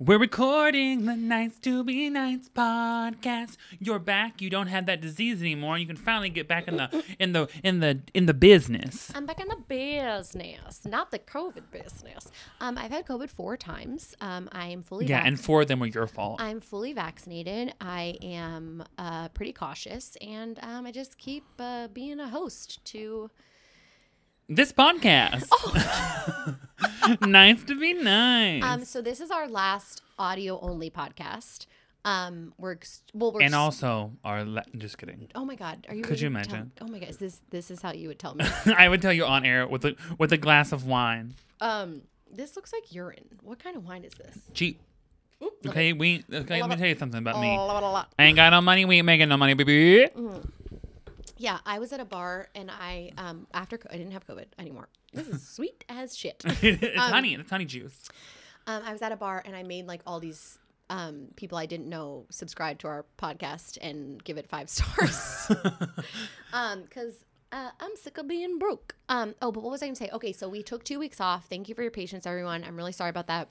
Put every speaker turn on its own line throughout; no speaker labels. We're recording the Nights to Be Nights podcast. You're back. You don't have that disease anymore. You can finally get back in the in the in the in the business.
I'm back in the business, not the COVID business. Um, I've had COVID four times. Um, I am fully
Yeah,
vac-
and four of them were your fault.
I'm fully vaccinated. I am uh, pretty cautious, and um, I just keep uh, being a host to.
This podcast. Oh. nice to be nice.
Um, so this is our last audio only podcast. Um, we're ex- well, we're
and
s-
also our la- just kidding.
Oh my god, are you?
Could you
really tell-
imagine?
oh my god, is this this is how you would tell me?
I would tell you on air with a with a glass of wine.
um, this looks like urine. What kind of wine is this?
Cheap. Okay, we okay, let me tell you something about me.
La, la, la, la.
I ain't got no money, we ain't making no money, baby.
Yeah, I was at a bar and I um after co- I didn't have COVID anymore. This is sweet as shit.
it's honey, it's honey juice.
Um, I was at a bar and I made like all these um people I didn't know subscribe to our podcast and give it five stars. um, because. Uh, I'm sick of being broke. Um, oh, but what was I gonna say? Okay, so we took two weeks off. Thank you for your patience, everyone. I'm really sorry about that.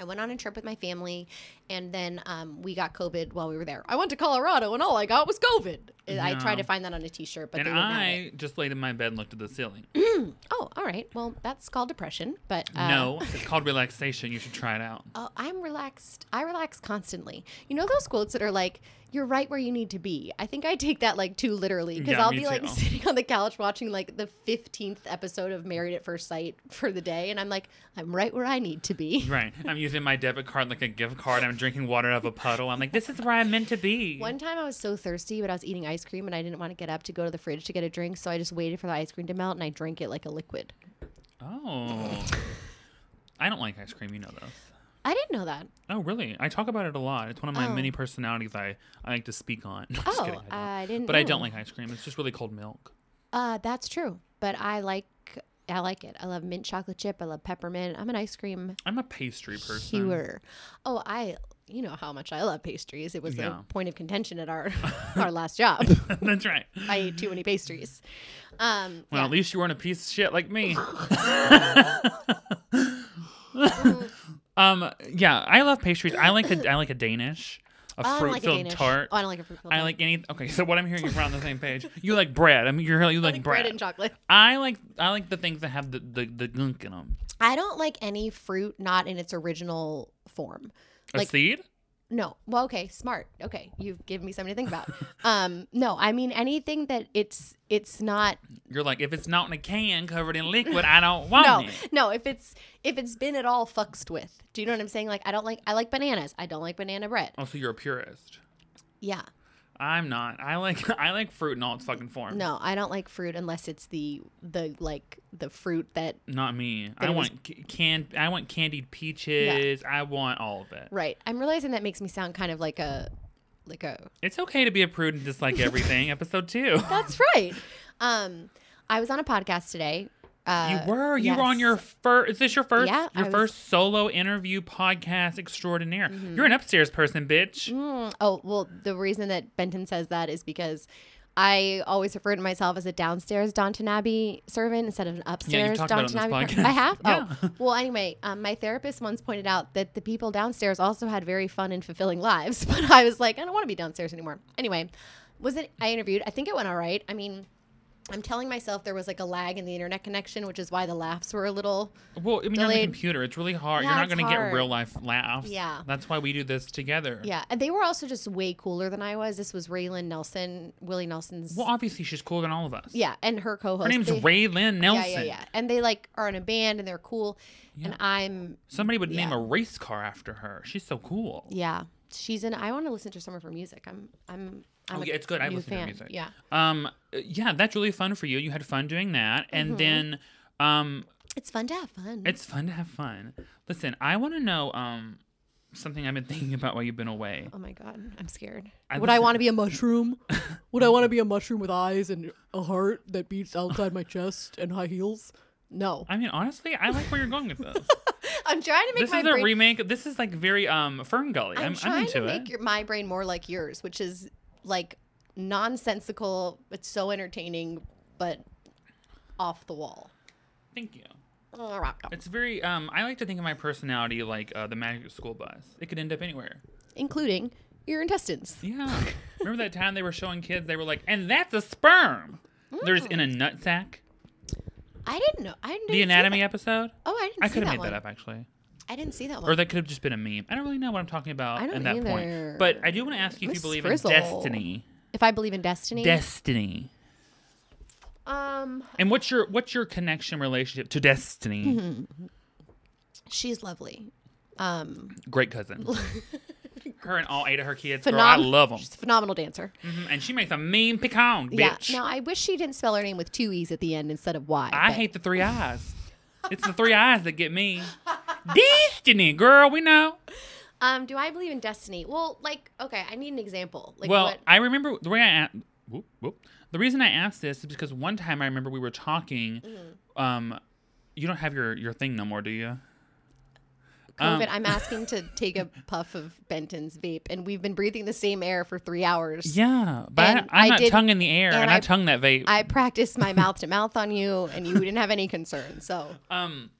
I went on a trip with my family, and then um, we got COVID while we were there. I went to Colorado, and all I got was COVID. I
No.
tried to find that on a T-shirt, but
And
they didn't have it.
I just laid in my bed and looked at the ceiling.
Oh, all right. Well, that's called depression, but uh,
no, it's called relaxation. You should try it out.
Oh, I'm relaxed. I relax constantly. You know those quotes that are like, "You're right where you need to be." I think I take that like too literally because
Yeah,
I'll
me
be like
too.
sitting on the couch watching like the fifteenth episode of Married at First Sight for the day, and I'm like, "I'm right where I need to be."
Right. I'm using my debit card like a gift card. I'm drinking water out of a puddle. I'm like, this is where I'm meant to be.
One time I was so thirsty, but I was eating ice cream and I didn't want to get up to go to the fridge to get a drink, so I just waited for the ice cream to melt and I drank it like a liquid.
Oh. I don't like ice cream. You know those.
I didn't know that.
Oh, really? I talk about it a lot. It's one of my
Oh.
many personalities I, I like to speak on. Just
Oh,
kidding, don't.
I didn't
But I don't
know.
like ice cream. It's just really cold milk.
Uh, that's true, but I like I like it. I love mint chocolate chip. I love peppermint. I'm an ice cream
I'm a pastry person.
Hewer. Oh, I you know how much I love pastries. It was
Yeah.
a point of contention at our our last job.
That's right.
I ate too many pastries. Um
Well,
yeah.
at least you weren't a piece of shit like me. um, yeah, I love pastries. I like a I like a Danish, a
I don't
fruit
like a
filled
Danish.
tart.
Oh, I don't like a fruit filled
I
tart.
like any. Okay, so what I'm hearing is we're on the same page. You like bread. I mean, you're you like,
like
bread.
bread and chocolate.
I like I like the things that have the the, the gunk in them.
I don't like any fruit not in its original form.
A
Like
seed.
no. Well, okay, smart. Okay. You've given me something to think about. um no, I mean anything that it's it's not
You're like if it's not in a can covered in liquid, I don't want
no,
it.
no. If it's if it's been at all fucked with, do you know what I'm saying? Like I don't like I like bananas. I don't like banana bread.
Oh, so you're a purist.
Yeah,
I'm not. I like I like fruit in all its fucking forms.
no, I don't like fruit unless it's the the like the fruit that
Not me.
But
I
it was-
want ca- can I want candied peaches. I want all of it.
right. I'm realizing that makes me sound kind of like a like a.
It's okay to be a prude and dislike everything. Episode two.
That's right. Um, I was on a podcast today. Uh,
you were. You were on
yes.
your first. Is this your first? your
Yeah, I was- Mm-hmm.
first solo interview podcast extraordinaire. You're an upstairs person, bitch.
Mm, oh well, the reason that Benton says that is because. I always refer to myself as a downstairs Downton Abbey servant instead of an upstairs
talked about it on
Downton Abbey.
this
per- I
podcast.
have.
Yeah.
Oh, well. Anyway, um, my therapist once pointed out that the people downstairs also had very fun and fulfilling lives, but I was like, I don't want to be downstairs anymore. Anyway, was it? I interviewed. I think it went all right. I mean. I'm telling myself there was like a lag in the internet connection, which is why the laughs were a little.
Well, I mean, you're on the
Delayed.
computer. It's really hard.
Yeah,
you're not
it's
going to get
hard.
real life laughs.
Yeah.
That's why we do this together.
Yeah, and they were also just way cooler than I was. This was Raylan Nelson, Willie Nelson's.
Well, obviously she's cooler than all of us.
yeah, and her co-host.
Her name's
They-
Raylan
Yeah,
Nelson.
yeah, yeah. And they like are in a band and they're cool. And I'm
Somebody would name
Yeah.
a race car after her. She's so cool.
yeah. She's in. I want to listen to some of her music. I'm I'm. I'm
Oh,
a
yeah, it's good. I
new
listen to her
fan.
music.
Yeah.
Um, uh, yeah, that's really fun for you. You had fun doing that, and
Mm-hmm.
then, um,
It's fun to have fun.
it's fun to have fun. Listen, I want to know, um, something I've been thinking about while you've been away.
oh my god, I'm scared.
I
Would I
listen-
want to be a mushroom? Would I want to be a mushroom with eyes and a heart that beats outside my chest and high heels?
No,
I mean, honestly, I like where you're going with this.
I'm trying to make
this
my
is a
brain.
remake. This is like very um Fern Gully.
I'm,
I'm, I'm,
trying
into
to
it.
make your, my brain more like yours, which is like nonsensical. It's so entertaining, but off the wall.
Thank you. It's very. Um, I like to think of my personality like uh, the Magic School Bus. It could end up anywhere.
including your intestines.
Yeah. Remember that time they were showing kids? They were like, "And that's a sperm." There's in a
Mm.
nut sack.
I didn't know. I didn't.
The anatomy episode.
Oh, I didn't
I
see
could have
that
made
one.
that up actually,
I didn't see that one.
or that could have just been a meme. I don't really know what I'm talking about
I
at
don't
that
either.
point. But I do want to ask you if
Miss
you believe
Frizzle.
in destiny.
if I believe in destiny.
Destiny.
um,
And what's your what's your connection relationship to destiny?
she's lovely. Um,
Great cousin. her and all eight of her kids. Girl, I
phenomenal.
love them.
She's a phenomenal dancer.
And she makes a mean pecan,
Yeah.
bitch.
Now I wish she didn't spell her name with two e's at the end instead of y.
I
but-
hate the three eyes. It's the three eyes that get me. Destiny, girl, we know.
Um, do I believe in destiny? Well, like, okay, I need an example. Like,
well,
what?
I remember the way I a- whoop, whoop. the reason I asked this is because one time I remember we were talking. Um, you don't have your your thing no more, do you? um,
COVID. I'm asking to take a puff of Benton's vape, and we've been breathing the same air for three hours.
Yeah, but
And
I, I'm
I
not
did-
tongue in the air, and,
and
I,
I-
tongue that vape.
I practiced my mouth to mouth on you, and you didn't have any concern. So
um,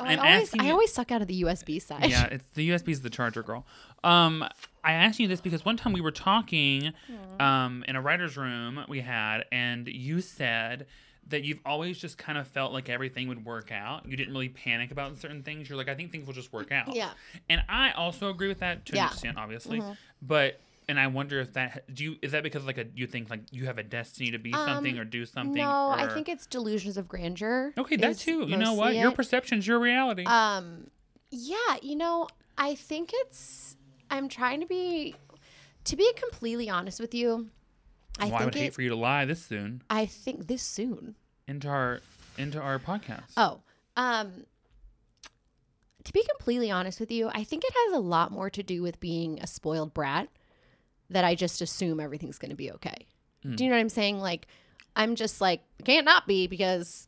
Oh,
I'm
I always,
asking
I
you-
always suck out of the USB side.
yeah, it's the USB's the charger, girl. Um, I asked you this because one time we were talking, um, in a writer's room we had, and you said that you've always just kind of felt like everything would work out. You didn't really panic about certain things. You're like, I think things will just work out.
Yeah.
And I also agree with that to
Yeah. Mm-hmm.
an extent, obviously, but. And I wonder if that do you is that because like a you think like you have a destiny to be something or do something.
Um, No, I
or-
think it's delusions of grandeur.
okay that
is
too. You know
mostly
what? Your
it.
perception's your reality.
Um, yeah, you know, I think it's. I'm trying to be, to be completely honest with you. I
well, I would
think
hate
it,
for you to lie this soon.
I think this soon.
into our into our podcast.
Oh, um, to be completely honest with you, I think it has a lot more to do with being a spoiled brat that I just assume everything's going to be okay.
Hmm.
Do you know what I'm saying? Like, I'm just like, can't not be because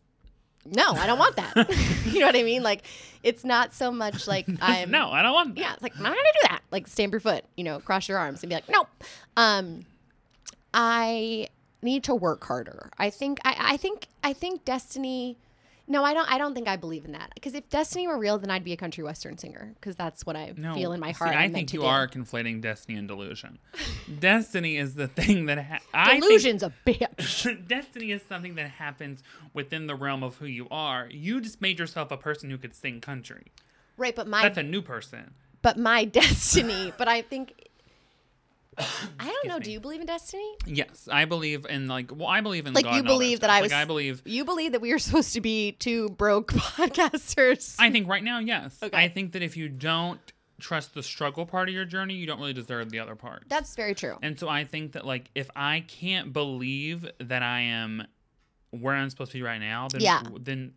no, I don't want that. you know what I mean? Like, it's not so much like I'm.
no, I don't want that.
Yeah, it's like, I'm not going to do that. Like, stamp your foot, you know, cross your arms and be like, nope. Um, I need to work harder. I think I, I think I think destiny no, I don't I don't think I believe in that. Because if destiny were real, then I'd be a country western singer because that's what I
No,
feel in my
see,
heart. I'm
I
meant
think
to
you
do.
are conflating destiny and delusion. destiny is the thing that ha- I think
Delusion's a bitch.
destiny is something that happens within the realm of who you are. You just made yourself a person who could sing country.
Right, but my
That's a new person.
but my destiny, but I think I don't know,
me.
do you believe in destiny?
Yes, I believe in like well, I believe in
Like
God
you
and all
believe
that,
that I
stuff.
was
like I believe
you believe that we were supposed to be two broke podcasters.
I think right now, yes.
Okay.
I think that if you don't trust the struggle part of your journey, you don't really deserve the other part.
that's very true.
And so I think that like if I can't believe that I am where I'm supposed to be right now, then
Yeah.
then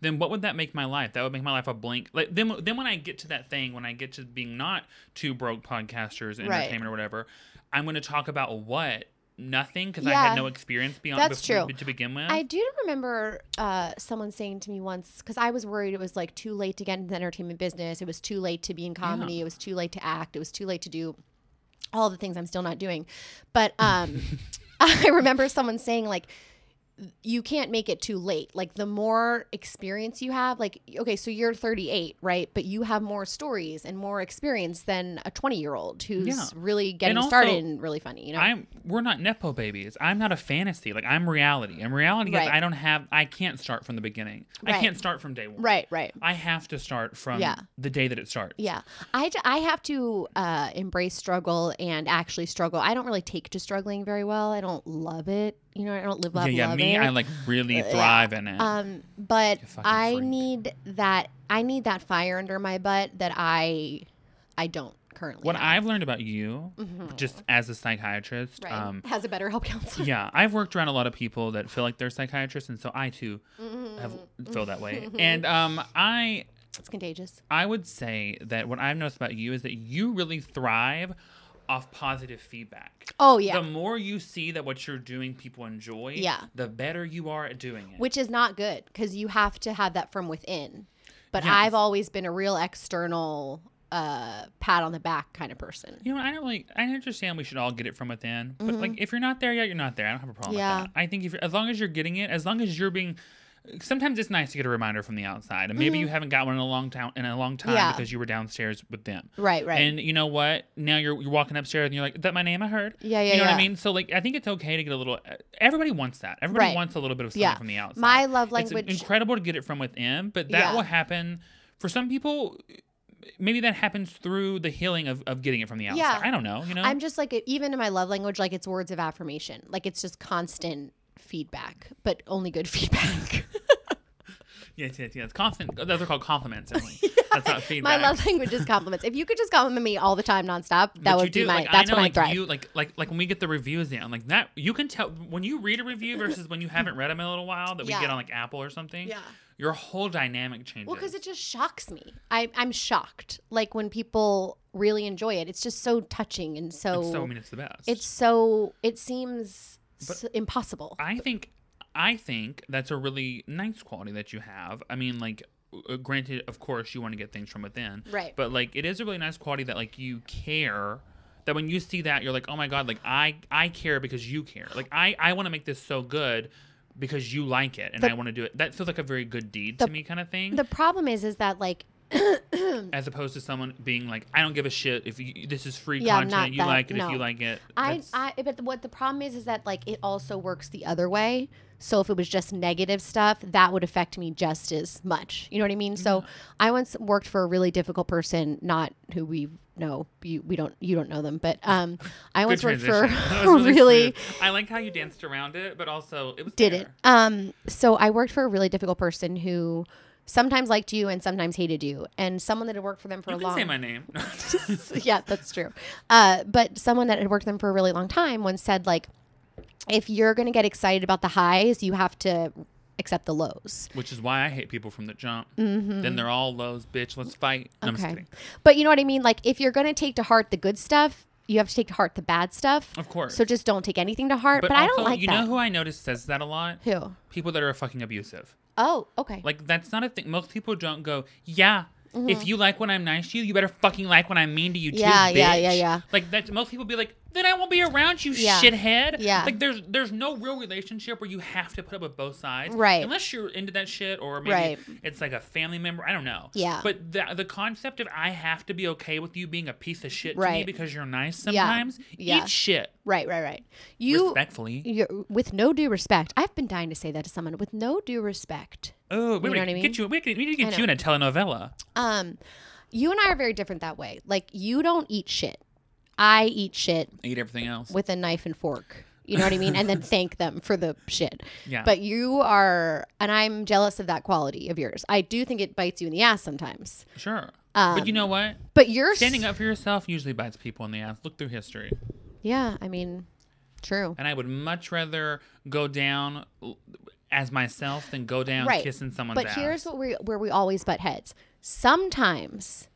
then what would that make my life? That would make my life a blank. Like then then when I get to that thing, when I get to being not two broke podcasters,
Right.
entertainment or whatever, I'm going to talk about what nothing because I
Yeah.
had no experience beyond
That's
bef-
true.
to begin with.
I do remember uh, someone saying to me once because I was worried it was like too late to get into the entertainment business. It was too late to be in comedy. It was too late to act. It was too late to do all the things I'm still not doing. But um, I remember someone saying like, you can't make it too late. Like the more experience you have, like okay, so you're 38, right? But you have more stories and more experience than a 20 year old who's
Yeah.
really getting
also,
started and really funny. You know,
I'm we're not nepo babies. I'm not a fantasy. Like I'm reality. And reality is
Right.
I don't have I can't start from the beginning. I
Right.
can't start from day one.
right, right.
I have to start from
Yeah.
the day that it starts.
Yeah, I, d- I have to uh, embrace struggle and actually struggle. I don't really take to struggling very well. I don't love it. You know, I don't live love,
yeah, yeah.
love
Me,
it. Uh,
I like really thrive in it.
um, but
fucking
I
freak.
need that. I need that fire under my butt that I, I don't currently.
what
have.
I've learned about you, just as a psychiatrist,
Mm-hmm. right
um,
has a better help counselor.
yeah, I've worked around a lot of people that feel like they're psychiatrists, and so I too have
Mm-hmm.
feel that way. And um, I,
It's contagious.
I would say that what I've noticed about you is that you really thrive off positive feedback.
Oh yeah,
The more you see that what you're doing people enjoy,
Yeah.
the better you are at doing it.
which is not good because you have to have that from within. But
Yes.
I've always been a real external uh, pat on the back kind of person.
You know, I don't really. I understand we should all get it from within, but like, if you're not there yet, you're not there. I don't have a problem
Mm-hmm. Yeah.
with that. I think if you're, as long as you're getting it, as long as you're being sometimes it's nice to get a reminder from the outside, and maybe you haven't got one in a long time in a long time
Mm-hmm. Yeah.
because you were downstairs with them.
Right, right.
And you know what? Now you're you're walking upstairs and you're like, "That my name I heard."
Yeah, yeah,
You know what
yeah.
I mean? So like, I think it's okay to get a little. Everybody wants that. Everybody
Right.
wants a little bit of something
yeah.
from the outside.
My love language.
It's incredible to get it from within, but that
Yeah.
will happen for some people. Maybe that happens through the healing of, of getting it from the outside.
Yeah.
I don't know. You know,
I'm just like even in my love language, like it's words of affirmation. Like it's just constant feedback, but only good feedback.
yes, yes, yes. Confident. Those are called compliments. Emily. That's not
my
feedback.
love language is compliments. If you could just compliment me all the time, nonstop, that
But you
would be
do,
my.
like,
that's
I know,
when
like,
I thrive.
You, like like like when we get the reviews down, like that you can tell when you read a review versus when you haven't read them in a little while that we
Yeah.
get on like Apple or something.
Yeah.
Your whole dynamic changes.
Well, because it just shocks me. I, I'm shocked. Like when people really enjoy it, it's just so touching and so.
It's so I mean it's the best.
it's so- it seems s impossible.
I think I think that's a really nice quality that you have. I mean, like uh, granted, of course, you want to get things from within,
Right.
But like, it is a really nice quality that like you care. That when you see that, you're like, oh my god, like I I care because you care. Like I I want to make this so good because you like it and I want to do it. That feels like a very good deed to me, kind of thing.
the problem is, is that like
as opposed to someone being like, I don't give a shit if you, this is free
Yeah, I'm not
content. You
that-
like it
no.
if you like it.
I,
That's-
I, but what the problem is is that like it also works the other way. So if it was just negative stuff, that would affect me just as much. You know what I mean? So
Mm-hmm.
I once worked for a really difficult person, not who we know. You we don't you don't know them, but um, I
Good
once worked
transition.
for
That
a
was
really
smooth. I like how you danced around it, but also it was
didn't.
fair.
Um, so I worked for a really difficult person who sometimes liked you and sometimes hated you, and someone that had worked for them for
You
a
can
long.
say my name.
yeah, that's true. Uh, but someone that had worked with them for a really long time once said, like, if you're going to get excited about the highs, you have to accept the lows.
Which is why I hate people from the jump.
Mm-hmm.
Then they're all lows, bitch. Let's fight. No, I'm just kidding.
But you know what I mean? Like, if you're going to take to heart the good stuff, you have to take to heart the bad stuff.
Of course.
So just don't take anything to heart. But, I don't like
you
that.
know who I notice says that a lot?
Who?
People that are fucking abusive.
Oh, okay.
Like that's not a thing. Most people don't go, yeah. If you like when I'm nice to you, you better fucking like when I'm mean to you too.
Mm-hmm. Yeah, yeah,
bitch."
yeah, yeah.
Like that's most people be like, then I won't be around you,
Yeah.
shithead.
Yeah.
Like there's there's no real relationship where you have to put up with both sides,
Right.
Unless you're into that shit, or maybe
Right.
it's like a family member. I don't know.
Yeah.
But the the concept of I have to be okay with you being a piece of shit to me
Right.
because you're nice sometimes.
Yeah.
Eat shit.
right, right, right. You.
Respectfully.
You're, with no due respect, I've been dying to say that to someone. With no due respect,
Oh, we
know
we
what I mean?
get you. We, could- we need to
I
get you in a telenovela.
um, you and I are very different that way. Like you don't eat shit, I eat shit.
Eat everything else.
with a knife and fork. You know what I mean? And then thank them for the shit.
Yeah.
But you are, and I'm jealous of that quality of yours. I do think it bites you in the ass sometimes.
sure. but
Um,
you know what?
But you're
Standing up for yourself usually bites people in the ass. Look through history.
Yeah, I mean, true.
And I would much rather go down l- as myself than go down
Right.
kissing someone's
But
ass.
here's what we where we always butt heads. Sometimes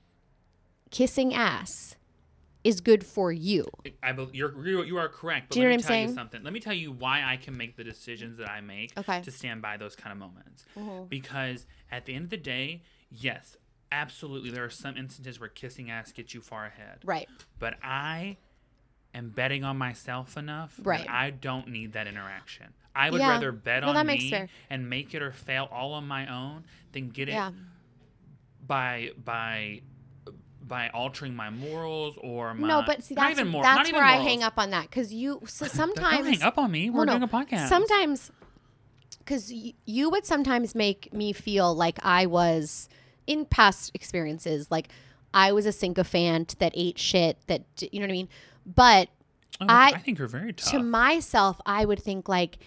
kissing ass is good for you.
I bel you're, you're, you are correct. But
Do you
let me
know what I'm
tell you
saying?
something. Let me tell you why I can make the decisions that I make
Okay.
to stand by those kind of moments. Because at the end of the day, yes, absolutely, there are some instances where kissing ass gets you far ahead.
Right.
But I am betting on myself enough
Right.
that I don't need that interaction. I would
Yeah.
rather bet
No,
on
that makes
me
fair.
and make it or fail all on my own than get
Yeah.
it by by by altering my morals or my
No, but see
not
that's
even mor- not
that's
even
where I
morals.
hang up on that cuz you so
Don't
sometimes
hang up on me. We're
Well,
doing
no.
a podcast.
Sometimes, because y- you would sometimes make me feel like I was in past experiences, like I was a sycophant that ate shit, that, d- you know what I mean? But
Oh,
I-
I think you're very tough.
to myself, I would think, like,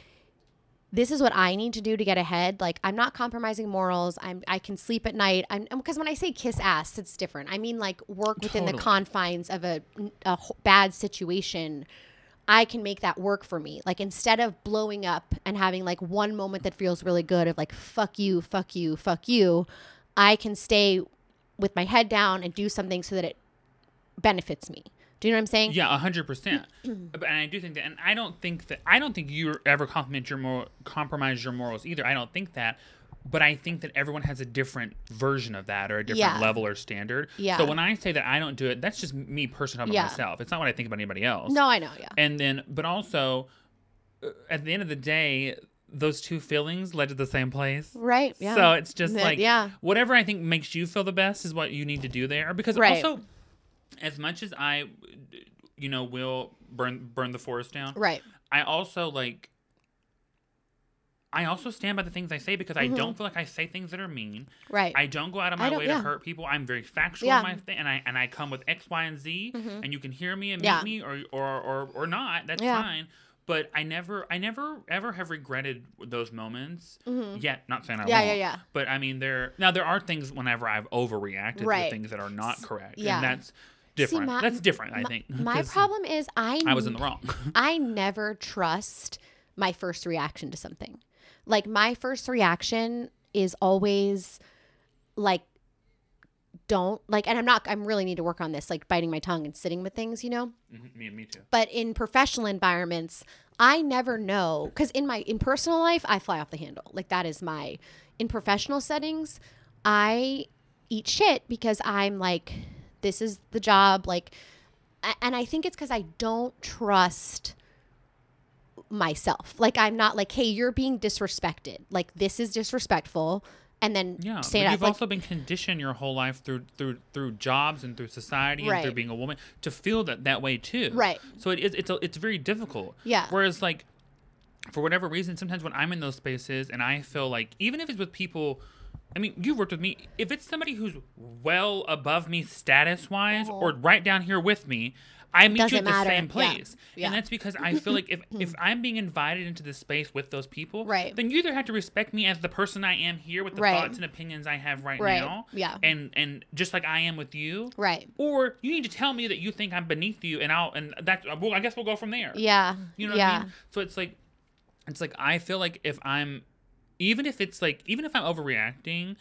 this is what I need to do to get ahead. Like I'm not compromising morals. I'm I can sleep at night. I'm because when I say kiss ass, it's different. I mean like work within the
Totally.
confines of a, a h- bad situation. I can make that work for me. Like instead of blowing up and having like one moment that feels really good of like fuck you, fuck you, fuck you, I can stay with my head down and do something so that it benefits me. Do you know what I'm saying?
Yeah, hundred percent. And I do think that, and I don't think that I don't think you ever compliment your moral, compromise your morals either. I don't think that, but I think that everyone has a different version of that or a different
Yeah.
level or standard.
Yeah.
So when I say that I don't do it, that's just me personally about
Yeah.
myself. It's not what I think about anybody else.
No, I know. Yeah.
And then, but also, uh, at the end of the day, those two feelings led to the same place.
Right. Yeah.
So it's just
That-
like
yeah.
whatever I think makes you feel the best is what you need to do there. Because
Right.
also, as much as I, you know, will burn burn the forest down,
right.
I also like. I also stand by the things I say because
Mm-hmm.
I don't feel like I say things that are mean.
Right.
I don't go out of
I
my
don't-
way
yeah.
to hurt people. I'm very factual
Yeah. Mm-hmm.
in my thing, and I and I come with X, Y, and Z, and you can hear me and meet
Yeah.
me or or or or not. That's
Yeah.
fine. But I never, I never, ever have regretted those moments. Yet, not saying I
Mm-hmm. Yeah, yeah,
won't.
yeah.
But I mean, there now there are things whenever I've overreacted
Right.
to things that are not correct,
yeah.
and that's different.
my-
that's different, I
my,
think.
my
'cause
problem is I
I was in the wrong. Mm-hmm.
I never trust my first reaction to something. Like my first reaction is always like don't like and I'm not I'm really need to work on this like biting my tongue and sitting with things, you know?
Mhm, me, me too.
But in professional environments, I never know cuz in my in personal life I fly off the handle. Like that is my in professional settings, I eat shit because I'm like this is the job like a- and I think it's because I don't trust myself. Like I'm not like, hey, you're being disrespected. Like this is disrespectful. And then
Yeah,
stand
but
up.
you've
Like,
also been conditioned your whole life through through through jobs and through society and through
Right.
being a woman to feel that that way too.
Right.
So it is it's a, it's very difficult.
Yeah.
Whereas like for whatever reason, sometimes when I'm in those spaces and I feel like even if it's with people. I mean, you've worked with me. If it's somebody who's well above me status wise or right down here with me, I meet you
Oh. Doesn't
at the
matter.
same
Yeah.
place.
Yeah.
And that's because I feel like if, if I'm being invited into this space with those people,
Right.
then you either have to respect me as the person I am here with the
Right.
thoughts and opinions I have right,
Right.
now.
Yeah.
And and just like I am with you.
right.
Or you need to tell me that you think I'm beneath you and I'll and that's uh, well, I guess we'll go from there.
Yeah.
You know
yeah.
what I mean? So it's like it's like I feel like if I'm even if it's like even if I'm overreacting,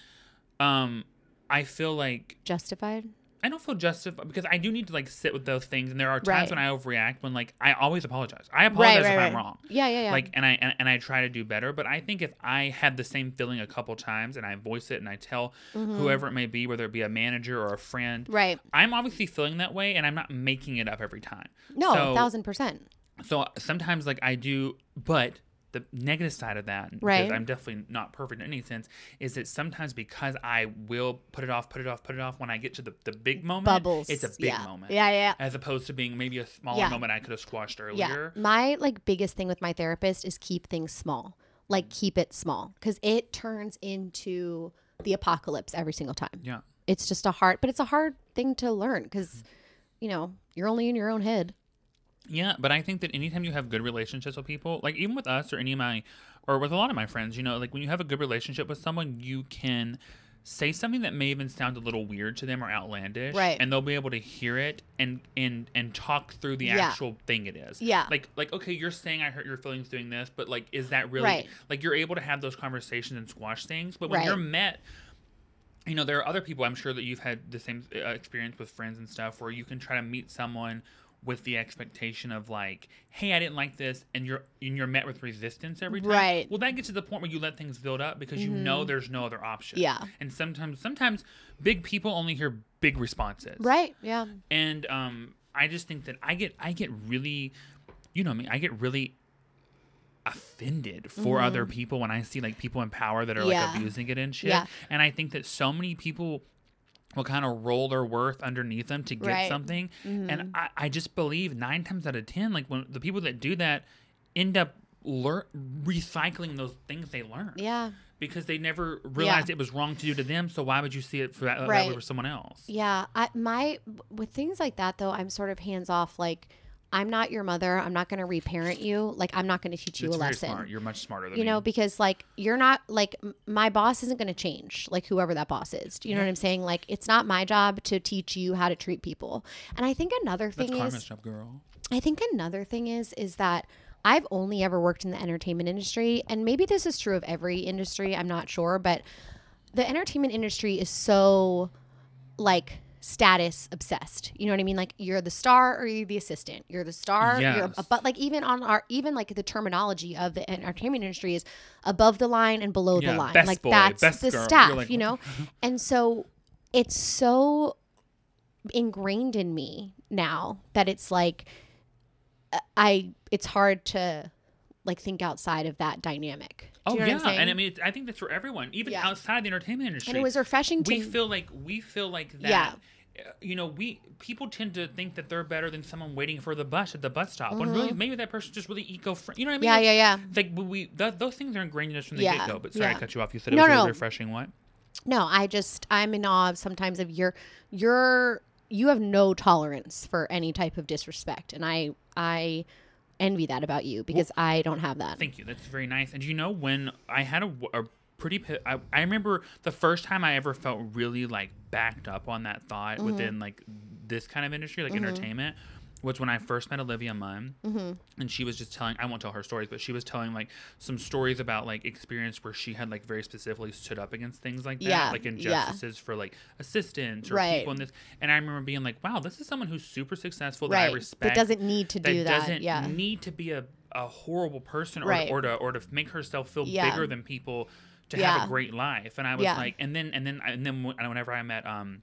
um I feel like
Justified.
I don't feel justified because I do need to like sit with those things and there are times
Right.
when I overreact when like I always apologize. I apologize if I'm wrong
Yeah, yeah, yeah.
like and i and, and i try to do better but i think if i have the same feeling a couple times and i voice it and i tell whoever it may be whether it be a manager or a friend
Mm-hmm. right.
i'm obviously feeling that way and i'm not making it up every time
No,
so,
a thousand percent.
so sometimes like i do but the negative side of that because
Right.
i'm definitely not perfect in any sense is that sometimes because i will put it off put it off put it off when i get to the, the big moment
Bubbles.
it's a big
yeah.
moment
Yeah, yeah. yeah.
as opposed to being maybe a smaller
Yeah.
moment i could have squashed
Yeah.
earlier
My like biggest thing with my therapist is keep things small. Like
Mm.
keep it small cuz it turns into the apocalypse every single time.
yeah. Mm.
It's just a hard but it's a hard thing to learn cuz you know, you're only in your own head.
Yeah, but I think that anytime you have good relationships with people, like even with us or any of my, or with a lot of my friends, you know, like when you have a good relationship with someone, you can say something that may even sound a little weird to them or outlandish,
Right.
And they'll be able to hear it and and and talk through the
Yeah.
actual thing it is.
Yeah.
Like like okay, you're saying I hurt your feelings doing this, but like is that really
Right.
like you're able to have those conversations and squash things, but when you're
Right.
met you know there are other people i'm sure that you've had the same uh, experience with friends and stuff where you can try to meet someone with the expectation of like hey i didn't like this and you're and you're met with resistance every time
Right. Mm-hmm.
well that gets to the point where you let things build up because you know there's no other option
Yeah.
and sometimes sometimes big people only hear big responses
Right? Yeah.
and um i just think that i get i get really you know me i get really offended for other people when i see like people in power that are
Mm-hmm. Yeah.
like abusing it and shit
Yeah.
and i think that so many people will kind of roll their worth underneath them to get
Right. Mm-hmm.
something and I, I just believe nine times out of ten like when the people that do that end up lear- recycling those things they learned
Yeah.
because they never realized it was wrong to do to them so why would you see it for that, that way
Right.
for someone else
Yeah, I my with things like that though, I'm sort of hands off. Like, I'm not your mother. I'm not going to reparent you. Like, I'm not going to teach you
it's
a
very
lesson.
smart you're much smarter than
You
me.
know, because like you're not like m- my boss isn't going to change. Like whoever that boss is, do you know what I'm saying? Like it's not my job to teach you how to treat people. And I think another thing
That's Carmen's
is,
job, girl.
I think another thing is is that I've only ever worked in the entertainment industry and maybe this is true of every industry, I'm not sure, but the entertainment industry is so like status obsessed. You know what I mean? Like you're the star or you're the assistant. You're the star, you're
Yes.
but like even on our even like the terminology of the entertainment industry is above the line and below
Yeah,
the line.
best
like
boy,
that's
best
the
girl. You're
staff,
like,
you know? and so it's so ingrained in me now that it's like I it's hard to like think outside of that dynamic. Do
Oh
you know
yeah,
what I'm saying?
and I mean, it- I think that's for everyone, even
Yeah.
outside the entertainment industry.
and it was refreshing to
we feel like we feel like that.
Yeah.
uh, You know, we people tend to think that they're better than someone waiting for the bus at the bus stop. When really, maybe that person's just really eco friendly. You know what I mean?
Mm-hmm. yeah,
Like,
yeah,
Like
yeah.
we, we th- those things are ingrained in us from the
Yeah,
get go. But sorry,
yeah.
I cut you off. You said it
No,
was really
no.
refreshing. What?
No, I just I'm in awe of sometimes of your your you have no tolerance for any type of disrespect, and I I envy that about you because I don't have that.
Thank you. That's very nice. And you know, when I had a, w- a pretty, pi- I, I remember the first time I ever felt really like backed up on that thought
Mm-hmm.
within like this kind of industry, like entertainment, was when I first met Olivia Munn.
Mm-hmm.
And she was just telling, I won't tell her stories, but she was telling like some stories about like experience where she had like very specifically stood up against things like that,
Yeah,
like
yeah.
injustices for like assistants or
Right.
people in this. And I remember being like, wow, this is someone who's super successful that I
right?
respect
That doesn't need to
that
do that.
doesn't
yeah.
need to be a, a horrible person or,
Right.
to, or to or to make herself feel
Yeah.
bigger than people to have
Yeah.
a great life. And I was
Yeah.
like, and then and then and then when- whenever I met um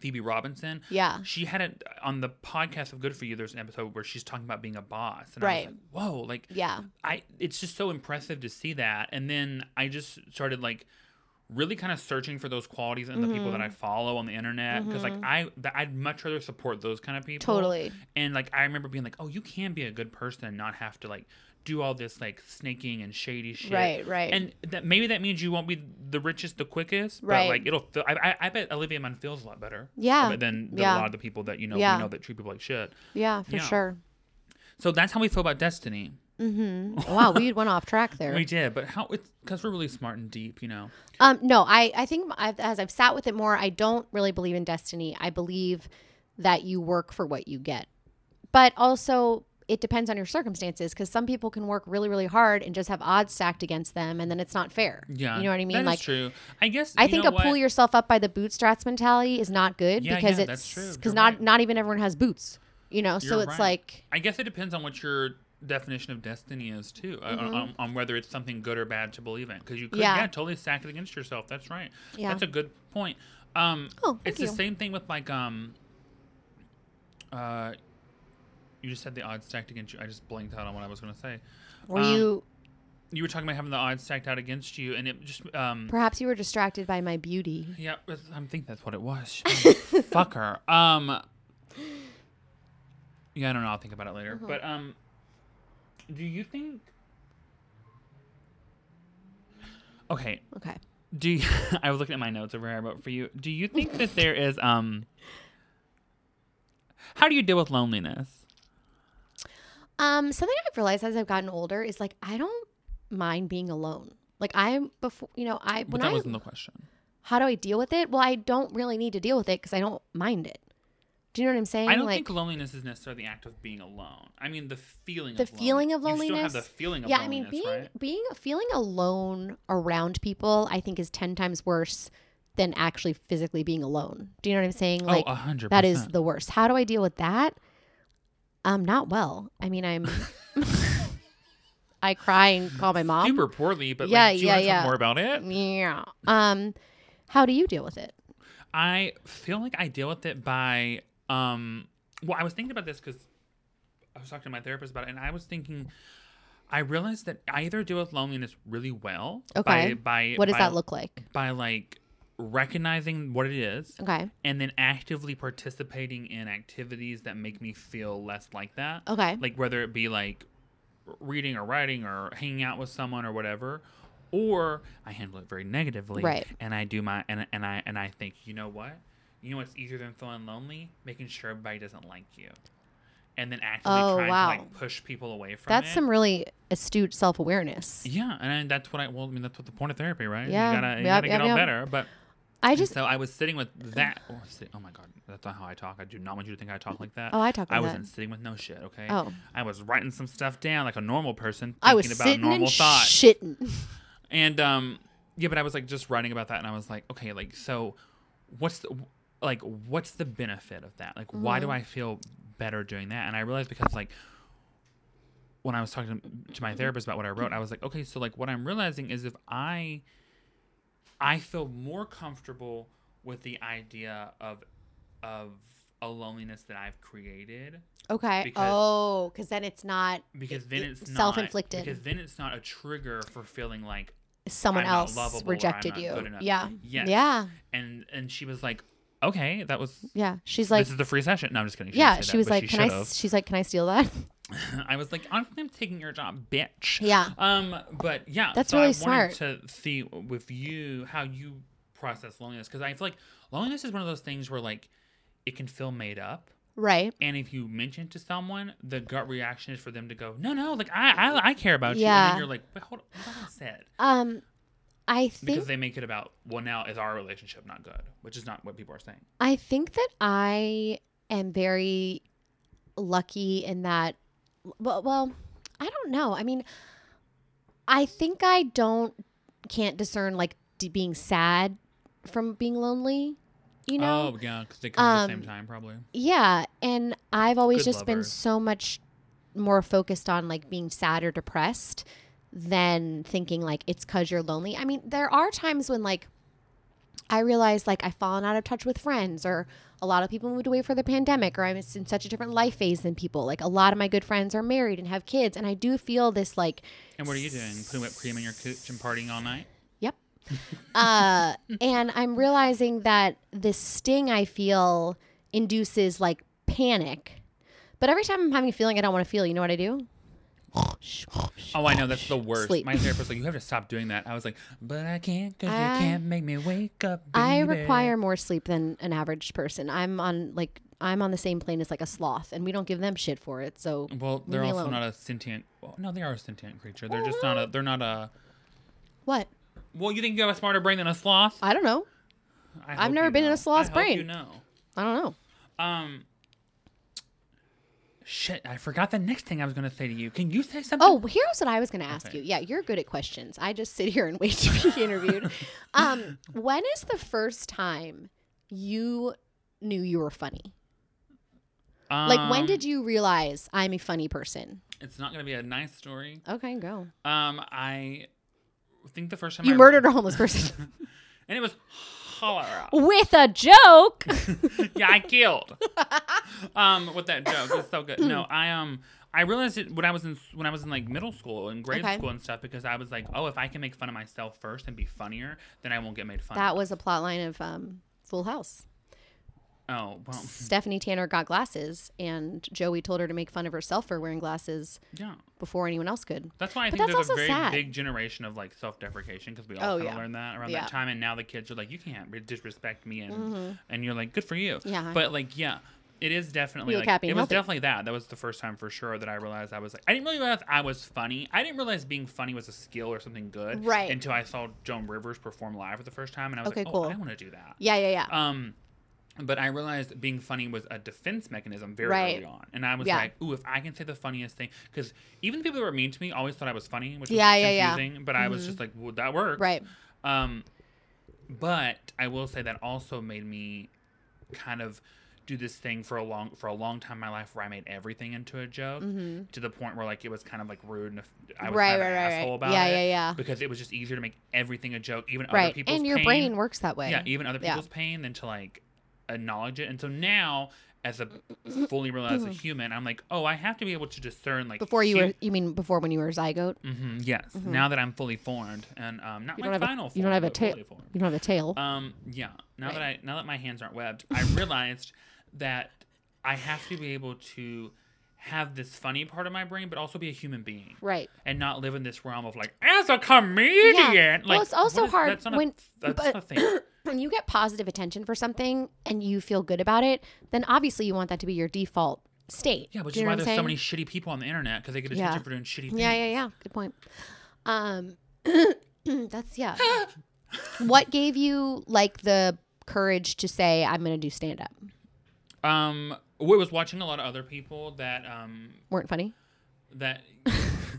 Phoebe Robinson,
Yeah.
she had it on the podcast of Good for You. There's an episode where she's talking about being a boss, and I
Right.
was like, whoa, like
Yeah.
I it's just so impressive to see that. And then I just started like really kind of searching for those qualities in the people
Mm-hmm.
that I follow on the internet because like I th- I'd much rather support those kind of people
Totally.
and like I remember being like, oh, you can be a good person and not have to like do all this like snaking and shady shit.
Right, right.
And that maybe that means you won't be the richest, the quickest. But
Right.
like it'll. Feel, I, I I bet Olivia Munn feels a lot better.
Yeah,
But than, than a
yeah.
lot of the people that you know
Yeah.
we know that treat people like shit.
Yeah, for
Yeah.
sure.
So that's how we feel about destiny.
wow, we went off track there.
We did, but how it's because we're really smart and deep, you know.
Um, no, I, I think I've, as I've sat with it more, I don't really believe in destiny. I believe that you work for what you get. But also, it depends on your circumstances because some people can work really, really hard and just have odds stacked against them, and then it's not fair.
Yeah.
You know what I
That
mean?
is
Like,
true. I guess
I
you
think
know
a pull
what?
yourself up by the bootstraps mentality is not good
Yeah,
because
yeah, that's true.
it's
You're
because not,
right.
not even everyone has boots, you know? so
You're
it's
right.
like,
I guess it depends on what your definition of destiny is too, uh, on, on, on whether it's something good or bad to believe in. Because you could,
Mm-hmm. Yeah.
yeah. totally stack it against yourself. That's right.
Yeah.
that's a good point. Um,
Oh, thank
it's the
you.
same thing with like um, uh, you just had the odds stacked against you. I just blanked out on what I was going to say.
were
Um,
you
You were talking about having the odds stacked out against you, and it just um,
perhaps you were distracted by my beauty?
yeah, that's- I think that's what it was. Fuck her. Um. Yeah, I don't know. I'll think about it
Uh-huh.
later. But um, do you think? Okay.
Okay.
Do you... I was looking at my notes over here, but for you, do you think that there is um? How do you deal with loneliness?
Um, something I've realized as I've gotten older is like I don't mind being alone. Like I'm before, you know, I
But
when
that
I
wasn't the question.
how do I deal with it? Well, I don't really need to deal with it because I don't mind it. Do you know what I'm saying?
I don't
like
think loneliness is necessarily the act of being alone. I mean, the feeling.
the
of
feeling of
lone-
loneliness.
You still have the feeling of
yeah, I mean,
loneliness,
being
right?
being feeling alone around people, I think is ten times worse than actually physically being alone. Do you know what I'm saying? Like
oh, a hundred.
that is
percent.
the worst. How do I deal with that? Um, not well. I mean, I'm. I cry and call my mom.
super poorly, but
Yeah,
like, do you
yeah,
want to
yeah.
talk more about it?
Yeah. Um, how do you deal with it?
I feel like I deal with it by, um, well, I was thinking about this because I was talking to my therapist about it, and I was thinking, I realized that I either deal with loneliness really well, by,
Okay.
by
What does
by-
that look like?
by like recognizing what it is,
Okay.
and then actively participating in activities that make me feel less like that.
Okay.
Like whether it be like reading or writing or hanging out with someone or whatever. Or I handle it very negatively.
Right.
And I do my and and I and I think, you know what? You know what's easier than feeling lonely? Making sure everybody doesn't like you. And then actively
Oh,
trying
wow.
to like push people away from
That's
it.
some really astute self awareness.
Yeah, and I- that's what I well, I mean, that's what the point of therapy, right?
Yeah.
You gotta you
Yep,
gotta
yep,
get all
yep.
better. But
I
and
just
so I was sitting with that. Oh, sit- oh my god, that's not how I talk. I do not want you to think I talk like that.
Oh, I talk
I
like that.
wasn't sitting with no shit. Okay.
Oh.
I was writing some stuff down like a normal person.
I was
thinking about
sitting
normal
and
thoughts.
shitting.
And um, yeah, but I was like just writing about that, and I was like, okay, like so, what's the like what's the benefit of that? Like, why
Mm-hmm.
do I feel better doing that? And I realized because like when I was talking to, to my therapist about what I wrote, I was like, okay, so like what I'm realizing is if I I feel more comfortable with the idea of of a loneliness that I've created
Okay.
Because-
oh, because then it's not
because then
it-
it's not-
self-inflicted.
Because then it's not a trigger for feeling like
someone
I'm not
else
lovable or I'm
rejected
not
you.
good enough.
Yeah.
yes,
Yeah.
And and she was like, okay, that was
Yeah. She's like,
this is the free session. No, I'm just kidding.
yeah.
didn't say
She
that,
was
but
like, can I?
should've.
s- She's like, can I steal that?
I was like, I'm, I'm taking your job, bitch.
Yeah.
Um, but yeah,
That's
so I
really
wanted
smart.
to see with you how you process loneliness because I feel like loneliness is one of those things where like it can feel made up.
right.
And if you mention to someone, the gut reaction is for them to go, "No, no, like I, I, I care about you." And
Yeah.
then you're like, "Wait, hold on, what I said,"
Um, I
because
think
they make it about, "Well, now is our relationship not good?" Which is not what people are saying.
I think that I am very lucky in that. Well, well, I don't know. I mean, I think I don't can't discern like d- being sad from being lonely. You know.
oh yeah, because they come at the same
um,
time probably.
Yeah, and I've always
Good
just been
lover.
so much more focused on like being sad or depressed than thinking like it's cuz you're lonely. I mean, there are times when like I realize like I've fallen out of touch with friends or a lot of people moved away for the pandemic or I'm in such a different life phase than people. Like a lot of my good friends are married and have kids and I do feel this like
And what are you doing? Putting whipped cream in your cooch and partying all night?
Yep. uh, and I'm realizing that this sting I feel induces like panic. But every time I'm having a feeling I don't want to feel, you know what I do?
Oh, I know that's the worst.
Sleep.
My therapist was like, "You have to stop doing that." I was like, "But I can't, cause
I-
you can't make me wake up."
I
baby."
require more sleep than an average person. I'm on like I'm on the same plane as like a sloth, and we don't give them shit for it. So
Well,
Leave
they're
me
also
alone.
not a sentient. Well, no, they are a sentient creature. They're just not a. They're not a.
what?
Well, you think you have a smarter brain than a sloth?
I don't know.
I
I've never been in a sloth's
I hope You
brain.
know.
I don't know.
Um. Shit, I forgot the next thing I was gonna say to you. Can you say something?
Oh, here's what I was going to ask
Okay.
you. Yeah, you're good at questions. I just sit here and wait to be interviewed. um, when is the first time you knew you were funny? Like, when
Um,
did you realize I'm a funny person?
It's not gonna be a nice story.
Okay, go.
Um, I think the first time
You
I-
murdered a homeless person
and it was cholera.
with a joke.
yeah, I killed. um, with that joke, it's so good. No, I um, I realized it when I was in when I was in like middle school and grade
Okay.
school and stuff because I was like, oh, if I can make fun of myself first and be funnier, then I won't get made fun.
that
of.
was a plot line of um, Full House.
Oh well,
Stephanie Tanner got glasses, and Joey told her to make fun of herself for wearing glasses
yeah.
before anyone else could.
That's why I
But
think
that's
there's a
also
very
sad.
big generation of like self-deprecation because we all
Oh,
kind of
yeah.
learned that around
Yeah. Mm-hmm.
that time, and now the kids are like, you can't re- disrespect me, and and you're like, good for you.
Yeah.
But like, yeah. It is definitely
Be
like,
happy
it
and
was
healthy.
definitely that. That was the first time for sure that I realized I was like I didn't really realize I was funny. I didn't realize being funny was a skill or something good
Right.
until I saw Joan Rivers perform live for the first time, and I was
Okay,
like, oh,
cool.
I want to do that.
Yeah, yeah, yeah.
Um, but I realized being funny was a defense mechanism very
Right.
early on, and I was
Yeah.
like, "Ooh, if I can say the funniest thing," because even the people that were mean to me always thought I was funny, which was
Yeah, yeah, yeah.
confusing. But I was just like, "Well, that works."
Right.
Um, but I will say that also made me kind of do this thing for a long for a long time in my life where I made everything into a joke to the point where like it was kind of like rude and if- I was
Mm-hmm. Right,
kind of an
right, right, right.
asshole about
Yeah,
it
yeah, yeah.
because it was just easier to make everything a joke even other
right.
people's
And your
pain.
brain works that way.
Yeah, even other
Yeah.
people's pain than to like acknowledge it. And so now, as a fully realized human, I'm like, oh, I have to be able to discern like
Mm-hmm. Before you
hu-
were, you mean before when you were a zygote?
Mhm, yes. Now that I'm fully formed and um, not
You
my
don't have
final
a,
form,
you don't have a
but
tail.
fully formed.
You don't have a tail.
Um, yeah. Now that I now that my hands aren't webbed, I realized that I have to be able to have this funny part of my brain, but also be a human being.
right.
And not live in this realm of like as a comedian.
Yeah.
Like,
Well, it's also
what is-
hard
that's not a-
when-
that's
but-
not a thing.
When you get positive attention for something and you feel good about it, then obviously you want that to be your default state.
Yeah, which
Do
is
you know
why
what I'm
there's so
saying?
many shitty people on the internet because they get
Yeah.
attention for doing shitty things.
Yeah, yeah, yeah. Good point. Um, that's yeah. what gave you like the courage to say I'm going to do stand up?
Um, we was watching a lot of other people that um
Weren't funny?
that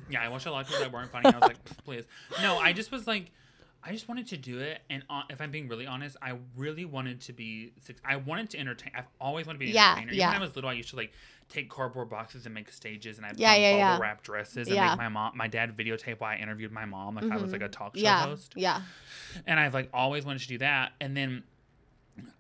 yeah, I watched a lot of people that weren't funny. and I was like, please, no. I just was like, I just wanted to do it, and uh, if I'm being really honest, I really wanted to be. suc- I wanted to entertain. I've always wanted to be an
Yeah,
entertainer. Even
yeah.
When I was little, I used to like take cardboard boxes and make stages, and I yeah,
Yeah, yeah,
yeah,
yeah.
wrap dresses, and
Yeah.
make my mom, my dad videotape why I interviewed my mom, like I was like a talk show
Yeah.
host.
Yeah.
and I've like always wanted to do that. And then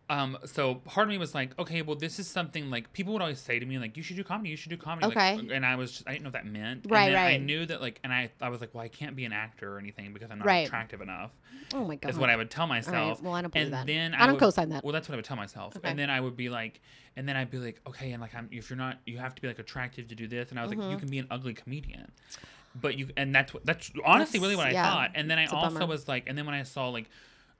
Um, so part of me was like, okay, well, this is something like people would always say to me, like, you should do comedy, you should do comedy. like-
Okay.
and I was, just, I didn't know what that meant.
Right,
and then I
right.
knew that, like, and I, I was like, well, I can't be an actor or anything because I'm not
Right.
attractive enough.
Oh my god.
Is what I would tell myself.
well, I don't believe
and
that.
Then
I
I
don't
would-
co-sign that.
Well, that's what I would tell myself.
Okay.
And then I would be like, and then I'd be like, okay, and like, I'm if you're not, you have to be like attractive to do this. And I was like,
Mm-hmm.
you can be an ugly comedian, but you, and that's what that's honestly really what I
That's- yeah,
thought. And then I
it's a
also
bummer.
was like, and then when I saw like.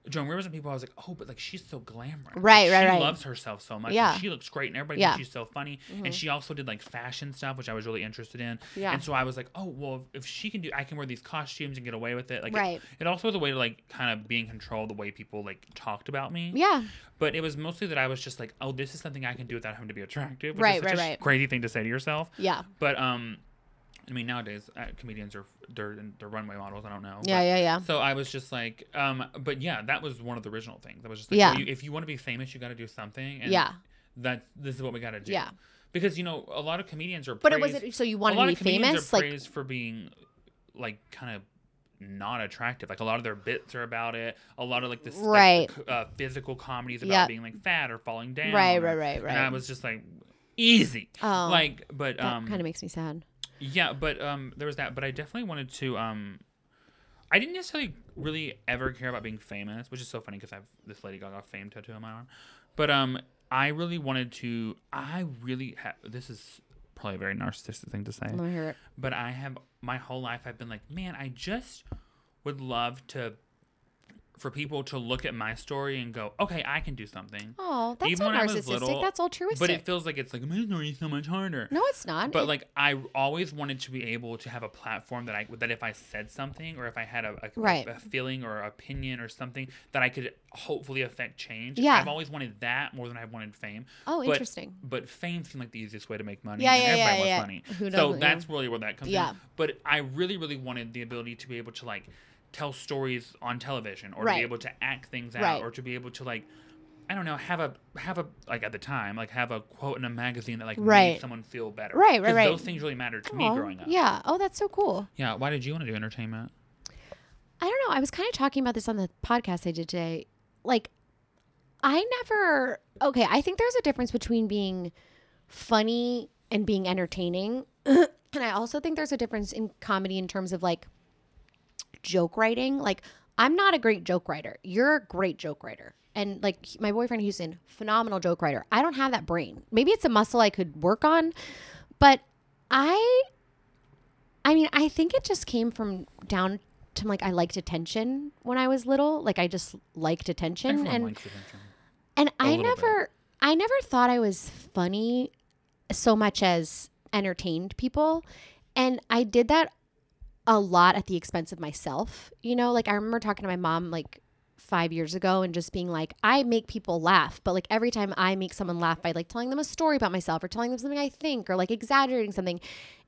Joan Rivers and people, I was like, oh, but like she's so glamorous. Like,
Right, right,
She
right.
loves herself so much. and
Yeah.
she looks great, and everybody
Yeah. Mm-hmm.
thinks she's so funny. And she also did like fashion stuff, which I was really interested in.
Yeah.
And so I was like, oh, well, if she can do, I can wear these costumes and get away with it. Like, it-
Right.
it also was a way to like kind of be in control of the way people like talked about me.
yeah.
But it was mostly that I was just like, oh, this is something I can do without having to be attractive. Which is
Right,
such
right,
a
right.
Crazy thing to say to yourself.
Yeah.
But um, I mean nowadays uh, comedians are they're they're runway models. I don't know.
Yeah,
but-
yeah, yeah.
So I was just like, um, but yeah, that was one of the original things. That was just like,
Yeah.
well, you, if you want to be famous, you got to do something. And
Yeah.
That this is what we got to do.
Yeah.
Because you know a lot of comedians are.
But it was
praised-
it so you
a
wanted
lot
to be
of comedians
famous?
are
Like
praised for being like kind of not attractive. Like a lot of their bits are about it. A lot of like this like,
Right.
c- uh, physical comedies about
Yep.
being like fat or falling down.
Right,
or-
right, right,
And I
right.
was just like easy.
Oh.
like but
that
um
kind of makes me sad.
yeah, but um there was that, but I definitely wanted to um I didn't necessarily really ever care about being famous, which is so funny because I have this Lady Gaga fame tattoo on my arm. But um I really wanted to I really ha- this is probably a very narcissistic thing to say
Let me hear it.
but I have my whole life I've been like, man, I just would love to for people to look at my story and go, okay, I can do something.
Oh, that's
Even
not
when I was
narcissistic.
little,
that's altruistic.
But it feels like it's like my story's so much harder.
no, it's not.
But
It-
like I always wanted to be able to have a platform that I that if I said something or if I had a, a,
Right.
a feeling or opinion or something that I could hopefully affect change.
Yeah.
I've always wanted that more than I've wanted fame.
Oh,
But-
interesting.
But fame seemed like the easiest way to make money.
Yeah,
and
yeah,
everybody
yeah,
wants
yeah.
money. so
Who doesn't, yeah.
that's really where that comes
Yeah.
in. But I really, really wanted the ability to be able to like tell stories on television or to
Right.
be able to act things out
Right.
or to be able to like I don't know, have a have a like at the time, like have a quote in a magazine that like made
Right.
someone feel better.
Right, right,
'Cause
right.
Those things really mattered to me
Oh,
growing up.
Yeah. Oh, that's so cool.
Yeah. Why did you want to do entertainment?
I don't know. I was kind of talking about this on the podcast I did today. Like, I never. Okay, I think there's a difference between being funny and being entertaining. and I also think there's a difference in comedy in terms of like joke writing. Like, I'm not a great joke writer. You're a great joke writer. And like he- my boyfriend Houston, phenomenal joke writer. I don't have that brain. Maybe it's a muscle I could work on, but I I mean, I think it just came from down to like I liked attention when I was little. Like I just liked attention
Everyone
and
likes attention.
and I
little bit.
never I never thought I was funny so much as entertained people. And I did that a lot at the expense of myself. You know, like I remember talking to my mom like five years ago and just being like, I make people laugh, but like every time I make someone laugh by like telling them a story about myself or telling them something I think or like exaggerating something,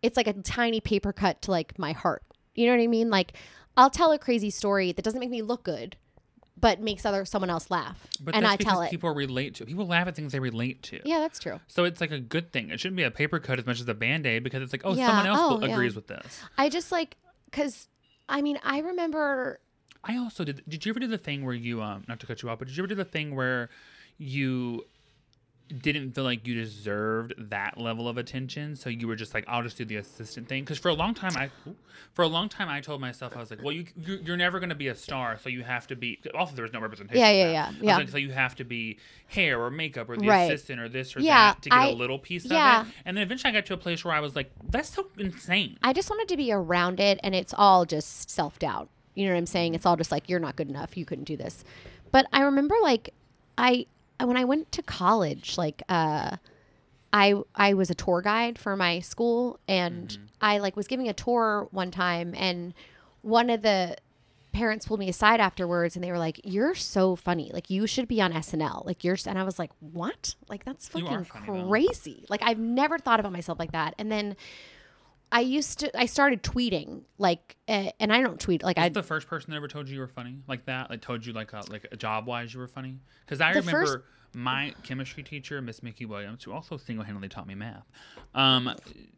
it's like a tiny paper cut to like my heart. You know what I mean? Like I'll tell a crazy story that doesn't make me look good, but makes other someone else laugh.
But
and
that's
I
because
tell it.
people relate to people laugh at things they relate to.
yeah, that's true.
So it's like a good thing. It shouldn't be a paper cut as much as a band aid because it's like, oh,
Yeah.
someone else
Oh,
will-
yeah.
agrees with this.
I just like because I mean I remember
I also did. Did you ever do the thing where you um not to cut you off, but did you ever do the thing where you didn't feel like you deserved that level of attention, so you were just like, I'll just do the assistant thing? Because for a long time, I ooh, for a long time I told myself I was like, well, you you- you're never gonna be a star, so you have to be. Also, there was no representation.
Yeah,
of
yeah,
that.
yeah,
I was
yeah.
like, so you have to be hair or makeup or the
Right.
assistant or this or
Yeah,
that to get a
I-
little piece
yeah.
of it. And then eventually, I got to a place where I was like, that's so insane.
I just wanted to be around it, and it's all just self doubt. You know what I'm saying? It's all just like you're not good enough. You couldn't do this. But I remember like I when I went to college, like uh, I I was a tour guide for my school, and
Mm-hmm.
I like was giving a tour one time, and one of the parents pulled me aside afterwards, and they were like, "You're so funny. Like you should be on SNL. Like you're." s-" And I was like, "What? Like that's
You are
fucking
funny, though.
crazy. Like I've never thought about myself like that." And then. I used to. I started tweeting like, uh, and I don't tweet like I.
Is the uh, first person that ever told you you were funny like that? Like told you like a, like job wise you were funny? Because I
The
remember
first
my chemistry teacher, Miss Mickey Williams, who also single-handedly taught me math, um,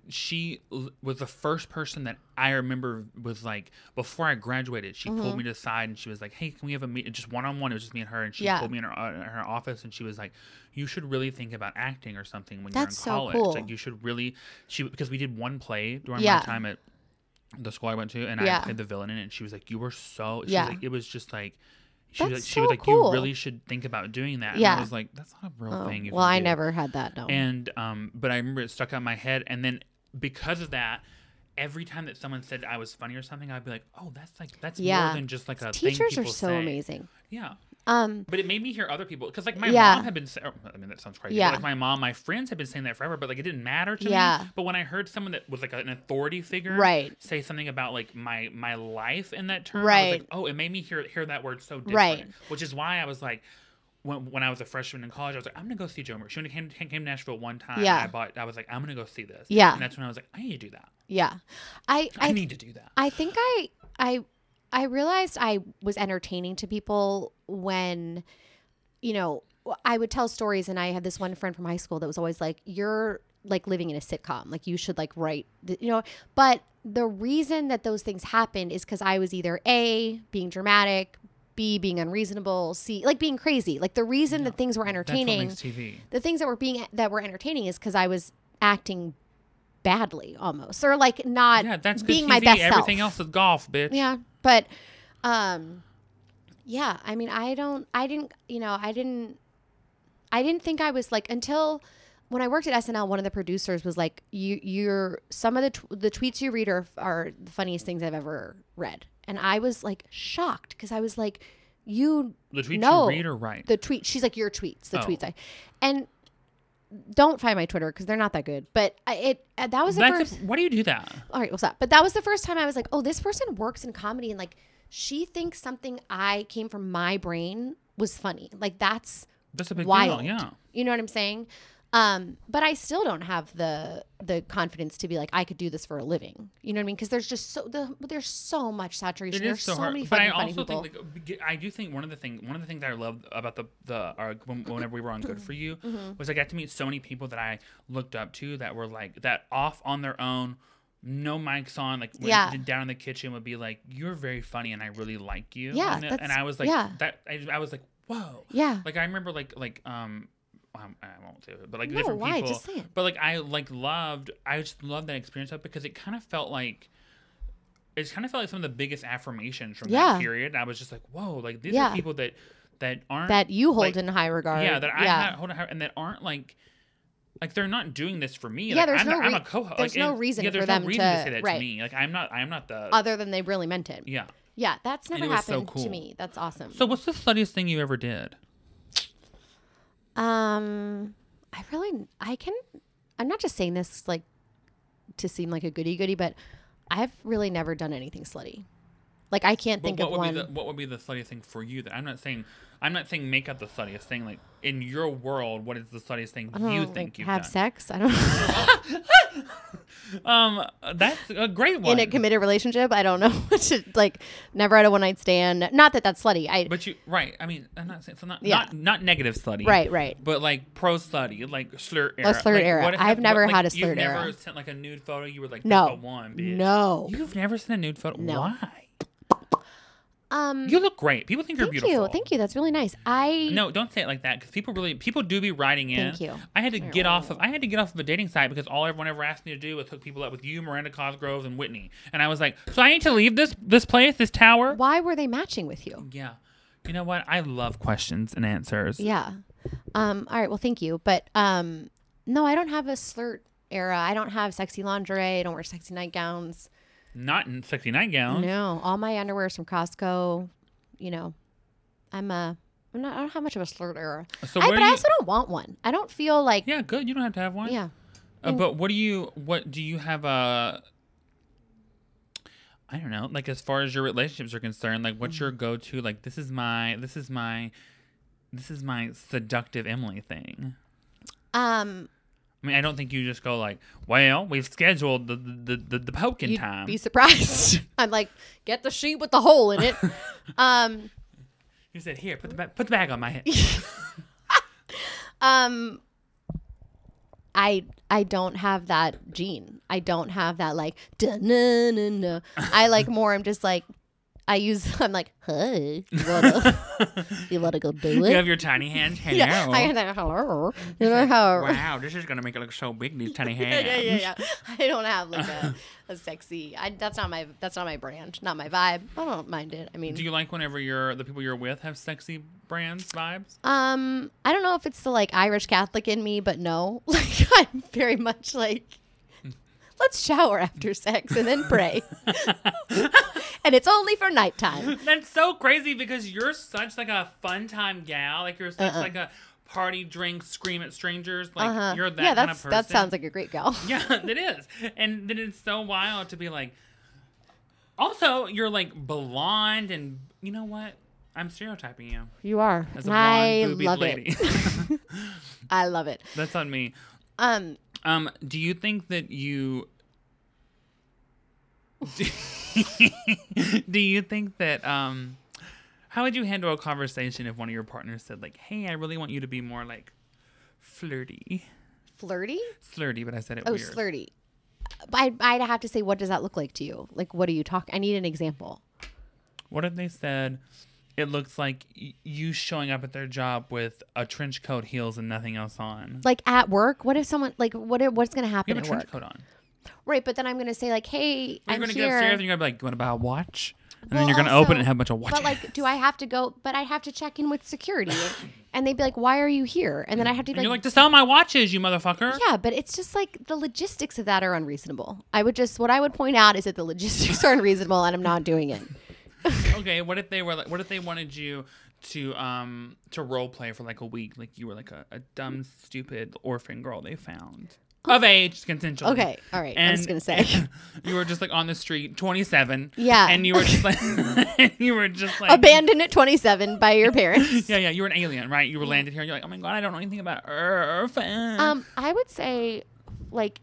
she l- was the first person that I remember was like before I graduated. She
Mm-hmm.
pulled me to the side and she was like, "Hey, can we have a meet?" Just one-on-one. It was just me and her, and she
Yeah.
pulled me in her, uh, in her office and she was like, "You should really think about acting or something when
That's so
you're in college.
cool.
Like you should really." She because we did one play during
Yeah.
my time at the school I went to, and
Yeah.
I played the villain in it. And she was like, "You were so." She
Yeah.
was like, it was just like. She was,
That's
like, she was
so
like,
cool.
you really should think about doing that. And
Yeah.
I was like, that's not a real
Oh,
thing. You
well,
can
I
do."
never had that. No.
And um, but I remember it stuck out in my head, and then because of that, every time that someone said I was funny or something, I'd be like, oh, that's like that's
Yeah.
more than just like a thing
Teachers are
people
so
say.
amazing.
Yeah,
Um,
but it made me hear other people because like my
Yeah.
mom had been. sa- oh, I mean, that sounds crazy. but,
Yeah.
like my mom, my friends had been saying that forever, but like it didn't matter to me.
Yeah.
But when I heard someone that was like an authority figure,
Right.
say something about like my my life in that term, I was
Right.
like, oh, it made me hear hear that word so different.
Right.
Which is why I was like. When, when I was a freshman in college, I was like, I'm gonna go see Joe Murray. She only came, came to Nashville one time. and
Yeah.
I bought. I was like, I'm gonna go see this.
Yeah.
And that's when I was like, I need to do that.
yeah, I
I,
I
need to do that.
I think I I I realized I was entertaining to people when you know I would tell stories and I had this one friend from high school that was always like you're like living in a sitcom like you should like write th- you know but the reason that those things happened is cuz I was either A being dramatic B being unreasonable C like being crazy like the reason that things were entertaining
That's what makes TV.
the things that were being that were entertaining is cuz I was acting badly almost or like not
Yeah, that's good
being
TV.
my best
Everything
self.
else is golf, bitch.
Yeah, but um yeah, I mean I don't I didn't, you know, I didn't I didn't think I was like until when I worked at SNL, one of the producers was like, "You, you're some of the tw- the tweets you read are are the funniest things I've ever read," and I was like shocked because I was like, "You
The tweets
No.
you read or write.
the tweet she's like your tweets the
Oh.
tweets i and don't find my twitter because they're not that good but I, it uh, that was the
That's
first
a, why do you do that?
all right what's up but that was the first time i was like oh this person works in comedy and like she thinks something i came from my brain was funny like that's
That's a big
wild
deal. Yeah.
you know what i'm saying um but i still don't have the the confidence to be like i could do this for a living you know what i mean because there's just so the, there's so much saturation
It
there's
is so, hard,
many
but I
fucking funny
also
people
think like, beg- I do think one of the thing one of the things I love about the the our, when- whenever we were on Good for You
Mm-hmm.
was I got to meet so many people that I looked up to that were like that off on their own, no mics on, like when-
Yeah.
down in the kitchen would be like, "You're very funny and I really like you."
Yeah,
and,
that's-
and I was like,
yeah.
that I, I was like, whoa,
yeah
Like I remember, like like um, um, I won't say it, but like
No,
different
why?
people.
Just say it.
But like I like loved, I just loved that experience of it because it kind of felt like. It's kind of felt like some of the biggest affirmations from
Yeah.
that period. I was just like, "Whoa!" Like these
Yeah.
are people that that aren't
that you hold
like,
in high regard
yeah that I had, hold on and that aren't like like they're not doing this for me.
Yeah,
like,
there's
I'm,
no
not- I'm
re-
a co-host.
there's
like,
no
and-
reason
yeah, there's
for
no
them
reason
to-
say that
right. Uh,
to me. Like I'm not I'm not the
other than they really meant it.
yeah.
Yeah, that's
And
never
it was so
happened to
cool.
me. That's awesome.
So what's the sluttiest thing you ever did?
um, I really, I can, I'm not just saying this like to seem like a goody goody, but I've really never done anything slutty. Like I can't think
but
of
what would
one.
be the, what would be the sluttiest thing for you that I'm not saying I'm not saying make up the sluttiest thing like in your world what is the sluttiest thing
I don't
you
know,
think
like,
you've
have
done
sex? I don't know.
um that's a great one
in a committed relationship. I don't know. what to like never had a one night stand. Not that that's slutty. I
but you right I mean I'm not saying so not,
Yeah.
not not negative slutty
right, right.
but like pro slutty like slur era
slurred
Like,
era.
what if-
I've
what-
never
like,
had a
you've
slurred era.
never sent like a nude photo you were like that's
No.
the one bitch.
No.
you've never sent a nude photo
No.
why
Um.
you look great people think you're
thank
beautiful
you. Thank you. That's really nice. I
No, don't say it like that because people really people do be writing in.
Thank you.
I had to get off of I had to get off of a dating site because all everyone ever asked me to do was hook people up with you, Miranda Cosgrove, and Whitney. And I was like, so I need to leave this this place, this tower.
Why were they matching with you?
Yeah. You know what? I love questions and answers.
Yeah. Um, all right. Well, thank you. But um, no, I don't have a slurt era. I don't have sexy lingerie. I don't wear sexy nightgowns.
Not in sexy nightgowns.
No, all my underwear is from Costco. You know, I'm a. I'm not, I don't have much of a slurt era.
So
I,
where
but
do
I
you-
also don't want one. I don't feel like. Yeah.
Yeah, good. You don't have to have one. Uh, but what do you what do you have a I don't know, like as far as your relationships are concerned, like what's
Mm-hmm.
your go to like this is my this is my this is my seductive Emily thing.
Um,
I mean, I don't think you just go like, "Well, we've scheduled the the the, the poking
you'd
time."
be surprised. I'm like, get the sheet with the hole in it. um,
You said, "Here, put the ba- put the bag on my head."
Um, I I don't have that gene. I don't have that like na na na. I like more. I'm just like I use. I'm like hey, you wanna you wanna go do it?
You have your tiny hands. Hello.
yeah, I had that hello. You know how?
wow, this is gonna make it look so big. These tiny
Yeah,
hands.
yeah, yeah, yeah. I don't have like a, a sexy. I, that's not my. That's not my brand. Not my vibe. I don't mind it. I mean,
Do you like whenever you're the people you're with have sexy brands vibes?
Um, I don't know if it's the like Irish Catholic in me, but no, like I'm very much like,
Hmm.
let's shower after sex and then pray, and it's only for nighttime.
That's so crazy because you're such like a fun time gal. Like you're such like a party drink scream at strangers. Like
Uh-uh. Uh-huh.
you're that
yeah,
kind
that's
of person.
that sounds like a great gal.
Yeah, it is. And then it's so wild to be like. Also, you're like blonde, and you know what? I'm stereotyping you
You are.
as a
And
blonde,
I
boobied
love
lady.
it. I love it.
That's on me.
Um,
Um, do you think that you do you think that um how would you handle a conversation if one of your partners said like, "Hey, I really want you to be more like flirty,
flirty.
flirty," but I said it
Oh,
weird.
flirty. But I'd, I'd have to say, what does that look like to you? Like, what are you talking? I need an example.
What if they said it looks like y- you showing up at their job with a trench coat, heels, and nothing else on?
Like at work, what if someone like what? if- What's gonna
You
happen
have a
at
trench
work?
coat on.
Right, but then I'm gonna say like, hey,
You're
I'm
gonna
here.
get upstairs and you're gonna be like, "You want to buy a watch?" And
Well,
then you're gonna
also-
open it and have a bunch of watches.
But like, do I have to go? But I have to check in with security, and they'd be like, "Why are you here?" And then I have to
and
be
you're like,
like,
"To sell my watches, you motherfucker."
"Yeah," but it's just like the logistics of that are unreasonable. I would just what I would point out is that the logistics are unreasonable, and I'm not doing it.
okay what if they were like what if they wanted you to um to role play for like a week like you were like a, a dumb stupid orphan girl they found of age consensual
Okay, all right. I was
And-
gonna say,
you were just like on the street 27
Yeah.
and you were just like and you were just like
abandoned at 27 by your parents.
yeah yeah you were an alien right you were landed here and you're like oh my god i don't know anything about earth
Um, I would say, like,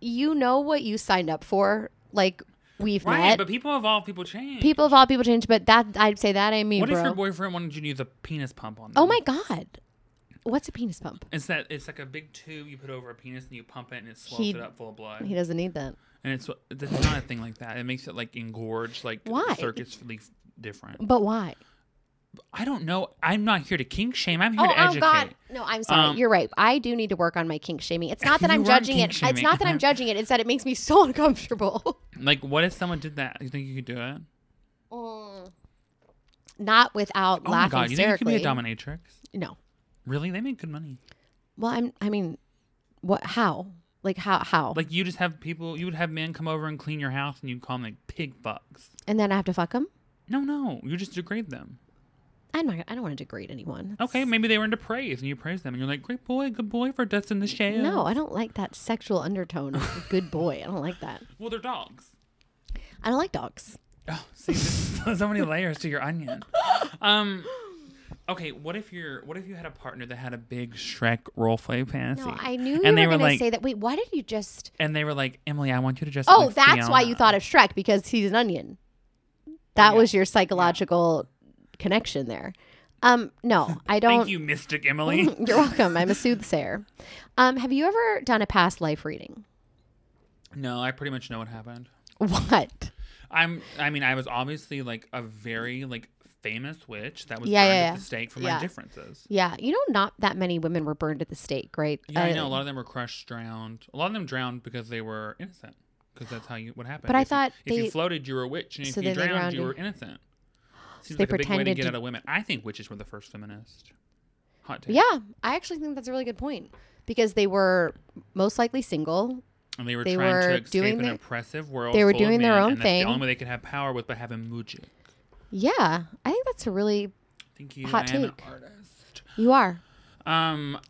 you know what you signed up for. Like, we've
right
met.
but people evolve people change
people of all people change, but that I'd say that I mean,
what
bro.
if your boyfriend wanted you to use a penis pump on them?
oh my god, what's a penis pump?
It's that it's like a big tube you put over a penis and you pump it and it swells
He-
it up full of blood.
He doesn't need that.
And it's it's not a thing like that. It makes it like engorge, like
Why?
circus relief different.
But why?
I don't know. I'm not here to kink shame. I'm here
Oh,
to
oh
educate.
God! No, I'm sorry.
Um,
You're right. I do need to work on my kink shaming. It's not that
You
I'm
weren't
judging
kink
it. It's
shaming.
not that I'm judging it. It's that it makes me so uncomfortable.
Like, what if someone did that? You think you could do it?
Mm. Not without
Oh my
laughing
God! You think you could
hysterically.
be a dominatrix?
no.
Really? They make good money.
Well, I'm. I mean, what? How? Like how? How?
Like, you just have people. You would have men come over and clean your house, and you call them like pig bugs.
and then I have to fuck him.
No,
No.
no, you just degrade them.
I'm not. I don't want to degrade anyone. That's-
Okay, maybe they were into praise, and you praise them, and you're like, "Great boy, good boy for dusting the shade."
No, I don't like that sexual undertone. of Good boy. I don't like that.
Well, they're dogs.
I don't like dogs.
Oh, see, there's so- so many layers to your onion. Um, okay, what if you're what if you had a partner that had a big Shrek role play fantasy?
No, I knew you
and
were,
they were
going
like,
to say that. Wait, why did you just?
and they were like, Emily, I want you to dress. up
Oh,
like
that's why you
Fiona."
thought of Shrek because he's an onion. That
Yeah.
was your psychological connection there. Um, no, I don't.
Thank you, Mystic Emily.
You're welcome. I'm a soothsayer. Um, have you ever done a past life reading?
no, I pretty much know what happened.
What?
I'm. I mean, I was obviously like a very like famous witch that was
Yeah,
burned
yeah,
at
yeah.
the stake for
Yeah.
my differences.
Yeah, you know, not that many women were burned at the stake, right?
Yeah, I know. A
Uh,
lot of them were crushed, drowned. A lot of them drowned because they were innocent. Because that's how you what happened.
But I
If you-
thought
if
they-
you floated, you were a witch, and if
So
you
then they
drowned,
drowned
you
you.
were innocent. Seems
they
like a big way to
pretended
get
to-
out of women. I think witches were the first feminist. Hot take.
Yeah, I actually think that's a really good point because they were most likely single.
and they were
they
trying
were
to escape
doing
an
the-
oppressive world.
they were
full of
doing their
men,
own
and that's
thing.
The only way they could have power was by having muji.
Yeah, I think that's a really
Thank you.
Hot
I am an
take.
artist.
you are.
Um,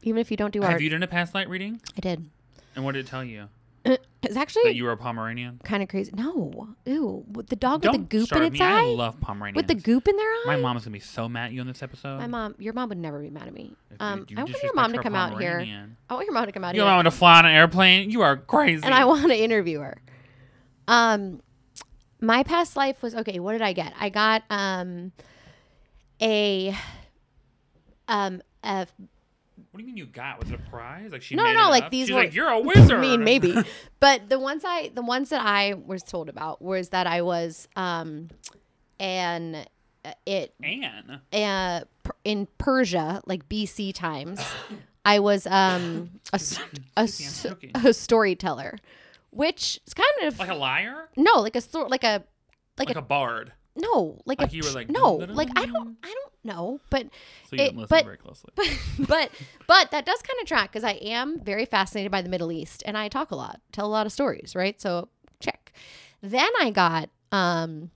Even if you don't do
have
art,
you done a past light reading?
I did.
And what did it tell you?
It's
That
actually
you were a Pomeranian.
kind of crazy. No, ew, with the dog
Don't
with the goop
start
in
at
its
me. I
eye,
love Pomeranians.
with the goop in their eye.
My mom's gonna be so mad at you on this episode.
My mom, your mom would never be mad at me.
If you- you
Um, I want your
disrespect
mom to
her
come out here.
Pomeranian.
I want your mom to come out
You
here,
want me to fly on an airplane? You are crazy.
and I want to interview her. Um, my past life was okay. What did I get? I got um, a um, F
What do you mean you got? Was it a prize? Like she
No,
made
no,
it
like,
up?
these
She's
were-
like you're a wizard.
I mean, maybe. but the ones I, the ones that I was told about was that I was, um, an uh, it
Anne.
uh, per- in Persia, like BC times. I was um a, s- a s-
cooking.
a storyteller, which is kind of
Like a liar?
no, like a stor- like a Like
Like, a, bard.
no, like,
Like
a
you were
tr-
like,
no,
dun, dun,
like I
dun,
don't, I don't know, but
So you
It-
didn't listen
but-
very closely.
but but but that does kind of track because I am very fascinated by the Middle East and I talk a lot, tell a lot of stories, right? So check. Then I got um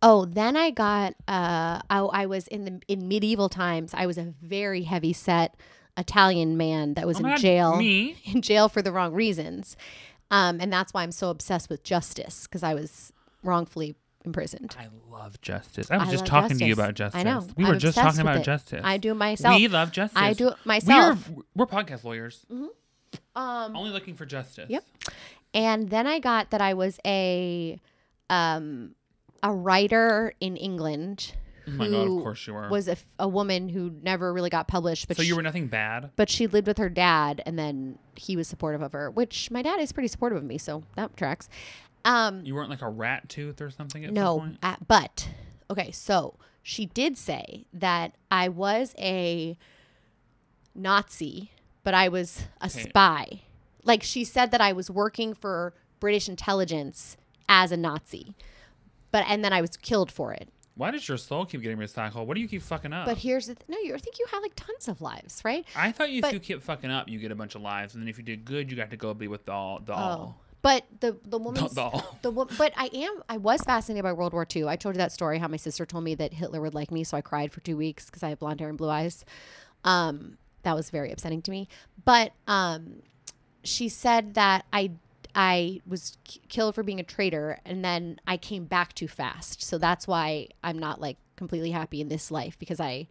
oh, then I got uh I, I was in the in medieval times, I was a very heavy set Italian man that was
Oh
in
my God,
jail
Me.
in jail for the wrong reasons. Um and that's why I'm so obsessed with justice because I was wrongfully imprisoned.
I love justice. I was
I
just
love
talking to you
justice.
about justice.
I know.
We were
I'm
just
obsessed
talking
with
about
it.
justice.
I do it myself.
We love justice.
I do it
We are,
myself.
we're podcast lawyers,
um
only looking for justice.
Yep. and then I got that I was a um a writer in England
Oh my god, of
who
course you are.
was a, f- a woman who never really got published but
so
she,
you were nothing bad.
but she lived with her dad and then he was supportive of her which my dad is pretty supportive of me so that tracks um
You weren't like a rat tooth or something at some
no
point.
uh, but okay so she did say that I was a Nazi but I was a
Okay.
spy like she said that I was working for British intelligence as a Nazi but and then I was killed for it
Why does your soul keep getting recycled? What do you keep fucking up?
But here's the th- no. You I think you had like tons of lives, right?
I thought you, if
but-
you keep fucking up, you get a bunch of lives, and then if you did good, you got to go be with the all. The
Oh.
all.
but the
Oh. The,
the woman.
the all.
The wo- but I am I was fascinated by World War II. I told you that story how my sister told me that Hitler would like me, so I cried for two weeks because I have blonde hair and blue eyes. Um, that was very upsetting to me. But um, she said that I I was k- killed for being a traitor, and then I came back too fast, so that's why I'm not like completely happy in this life because I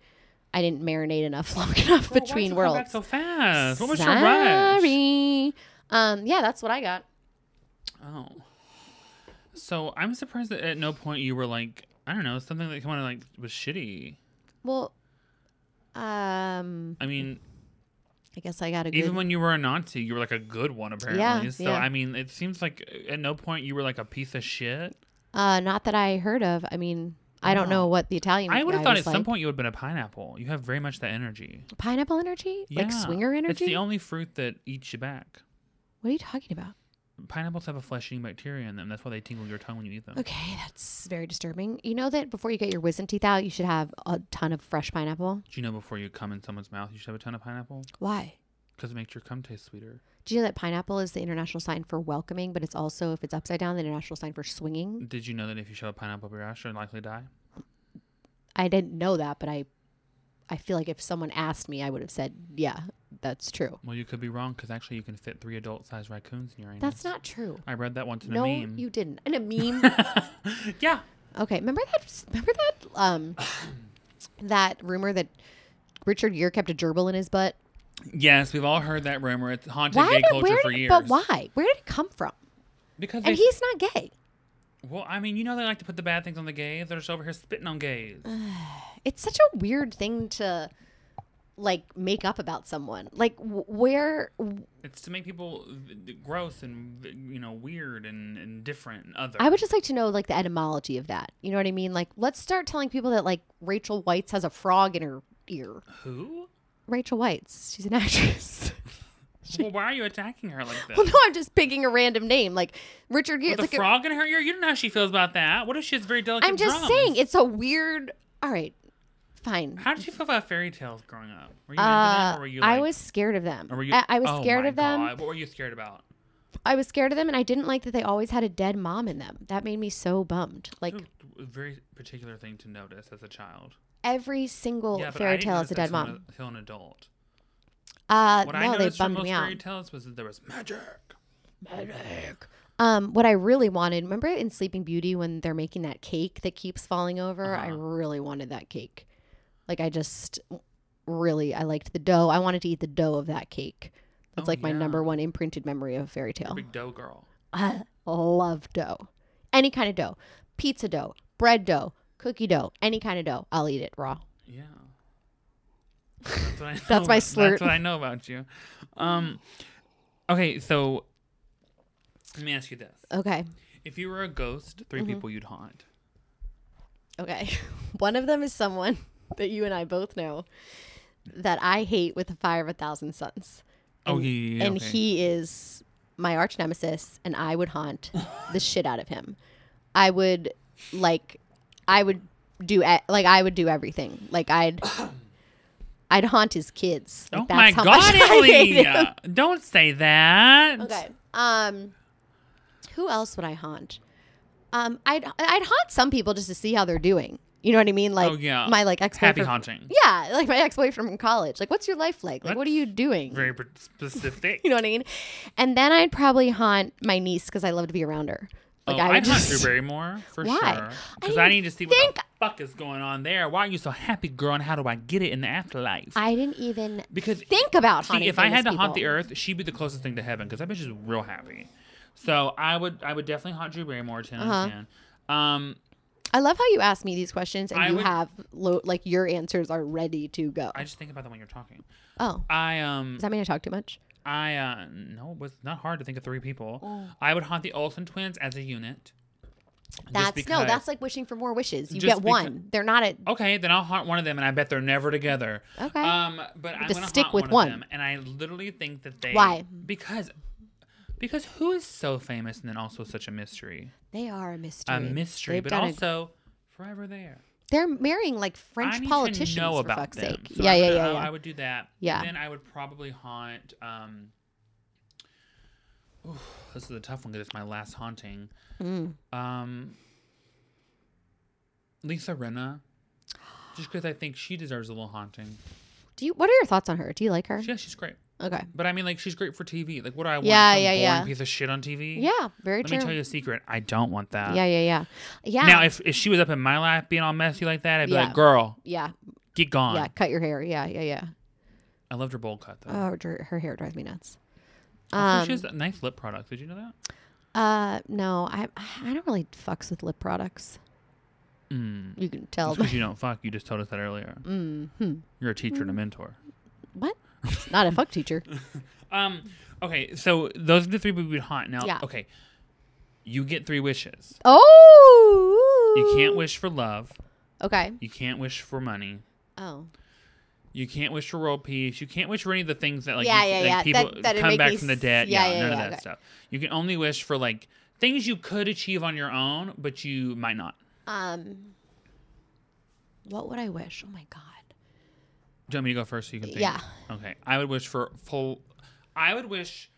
I didn't marinate enough long enough
Girl, why'd
between
you come
worlds.
back so fast. What was your rush?
Sorry. Um, yeah, that's what I got.
Oh. So I'm surprised that at no point you were like, I don't know, something that kind of like was shitty.
Well, um,
I mean,
I guess I got a good.
even when you were a Nazi, you were like a good one apparently.
Yeah,
so
yeah.
I mean, it seems like at no point you were like a piece of shit.
uh, not that I heard of. I mean, I don't know what the Italian.
Ah. I would have
guy
thought
was
at some
like.
point you would have been a pineapple. You have very much that energy.
pineapple energy,
Yeah.
like swinger
It's the
energy.
only fruit that eats you back.
what are you talking about?
Pineapples have a flesh-eating bacteria in them. That's why they tingle your tongue when you eat them.
Okay, that's very disturbing. You know that before you get your wisdom teeth out, you should have a ton of fresh pineapple.
Do you know before you come in someone's mouth, you should have a ton of pineapple?
Why?
Because it makes your cum taste sweeter.
Do you know that pineapple is the international sign for welcoming, but it's also, if it's upside down, the international sign for swinging?
Did you know that if you shove a pineapple up your ass, you're likely to die?
I didn't know that, but I, I feel like if someone asked me, I would have said, yeah, that's true.
Well, you could be wrong because actually you can fit three adult-sized raccoons in your anus.
That's not true.
I read that once in
No,
a meme.
you didn't. In a meme.
yeah.
okay, remember that? Remember that? Um, that rumor that Richard Gere kept a gerbil in his butt.
Yes, we've all heard that rumor. It's haunted
Why?
gay
Did,
culture
where?
for
did-
years.
but why? Where did it come from?
Because they,
And he's not gay.
well, I mean, you know, they like to put the bad things on the gays. They're just over here spitting on gays.
Uh. It's such a weird thing to like make up about someone. Like wh- where?
It's to make people v- d- gross and v- you know weird and, and different and other.
I would just like to know like the etymology of that. You know what I mean? Like let's start telling people that like Rachel White's has a frog in her ear.
Who?
Rachel White's. She's an actress.
Well, why are you attacking her like this?
Well, no, I'm just picking a random name. Like Richard Gere.
With a
it's like a-
frog in her ear. You don't know how she feels about that. What if she has very delicate?
I'm just
drums?
saying, it's a weird. All right, fine.
How did you feel about fairy tales growing up? Were you into
Uh,
them, or were you? Like,
I was scared of them.
Or were you,
I, I was
Oh
scared
my
of them.
God, What were you scared about?
I was scared of them, and I didn't like that they always had a dead mom in them. That made me so bummed. Like
A very particular thing to notice as a child.
every single
yeah, but I
fairy
didn't
tale
notice
is a
that
dead
till I'm
mom.
a- Till an adult.
Uh,
What I
no, they
noticed from
bummed
most
me
fairy
out.
tales was that there was magic.
Um, what I really wanted, remember in Sleeping Beauty when they're making that cake that keeps falling over?
Uh-huh.
I really wanted that cake. Like I just really I liked the dough. I wanted to eat the dough of that cake. That's
Oh,
like my
yeah.
number one imprinted memory of a fairy tale.
Big dough girl.
I love dough. Any kind of dough. Pizza dough, bread dough, cookie dough, any kind of dough. I'll eat it raw.
Yeah. That's, what I know.
That's my slurp.
That's what I know about you. Um, okay, so let me ask you this:
Okay.
If you were a ghost, 3 people you'd haunt.
Okay. One of them is someone that you and I both know that I hate with the fire of a thousand suns.
Oh yeah, yeah, yeah,
and
okay.
he is my arch nemesis and I would haunt the shit out of him. I would like I would do e- like I would do everything. Like I'd I'd haunt his kids. Like,
Oh my
how much
God,
I hate him.
Emily! Don't say that.
Okay. Um, who else would I haunt? Um, I'd I'd haunt some people just to see how they're doing. You know what I mean? Like
Oh, yeah.
my like ex
Happy haunting.
Yeah, like my ex boyfriend from college. Like, what's your life like? Like, what are you doing?
Very pr- specific.
you know what I mean? And then I'd probably haunt my niece because I love to be around her. Like
oh,
I
I
would
would
just
haunt Drew Barrymore for
Why?
sure.
I
Because I,
didn't
need to see what the
think-
fuck is going on there. Why are you so happy, girl? And how do I get it in the afterlife?
I didn't even
because
think about
See,
haunting.
if I
famous
had to haunt the
people.
earth, she'd be the closest thing to heaven because that bitch is real happy. So I would, I would definitely haunt Drew Barrymore ten out of
Uh-huh.
ten. Um,
I love how you ask me these questions and
I
you
would-
have lo- like your answers are ready to go.
I just think about that when you're talking.
oh,
I um,
does that mean I talk too much?
I uh, no, it was not hard to think of three people.
Oh.
I would haunt the Olsen twins as a unit. Just
That's no,
because-
that's like wishing for more wishes. You
Just
get one. They're not a
Okay, then I'll haunt one of them, and I bet they're never together.
Okay.
Um, but I'm
Just
gonna
stick
haunt
with
one,
one.
of them, and I literally think that they
Why?
because because who is so famous and then also such a mystery,
they are a mystery.
a mystery,
They've
but
done a-
also forever there.
they're marrying like French
I need
politicians
to know
for
about
fuck's
them.
sake.
So
yeah,
I
yeah,
would-
yeah,
I,
yeah.
I would do that.
Yeah.
Then I would probably haunt. Um, oof, this is a tough one because it's my last haunting.
Mm.
Um, Lisa Rinna, just because I think she deserves a little haunting.
Do you what are your thoughts on her? Do you like her?
Yeah, she's great.
Okay.
But I mean, like, she's great for TV. Like, what do I want?
Yeah,
some
yeah,
boring
yeah.
Piece of shit on TV.
Yeah, very
Let
true.
me tell you a secret. I don't want that.
yeah, yeah, yeah. Yeah.
Now, if, if she was up in my life being all messy like that, I'd be like,
Yeah.
girl,
yeah.
get gone.
Yeah, cut your hair. Yeah, yeah, yeah.
I loved her bowl cut though.
Oh, her, her hair drives me nuts.
Also,
Um,
she has a nice lip product. Did you know that?
uh, no, I I don't really fucks with lip products.
Mm.
You can tell.
That's because you don't fuck. You just told us that earlier.
Oh, mm-hmm.
You're a teacher and a mentor.
What? Not a fuck teacher.
Um. Okay. So those are the three people we'd haunt. Now,
Yeah.
okay. You get three wishes.
Oh.
You can't wish for love.
Okay.
You can't wish for money.
Oh.
You can't wish for world peace. You can't wish for any of the things that like,
Yeah,
you-
yeah,
like,
yeah.
people
That- that'd
come
make
back
me
from the
s-
dead.
yeah, yeah,
none of
yeah,
that
okay.
stuff. You can only wish for like things you could achieve on your own, but you might not.
Um, what would I wish? Oh my god.
Do you want me to go first so you can think?
Yeah.
Okay. I would wish for full. I would wish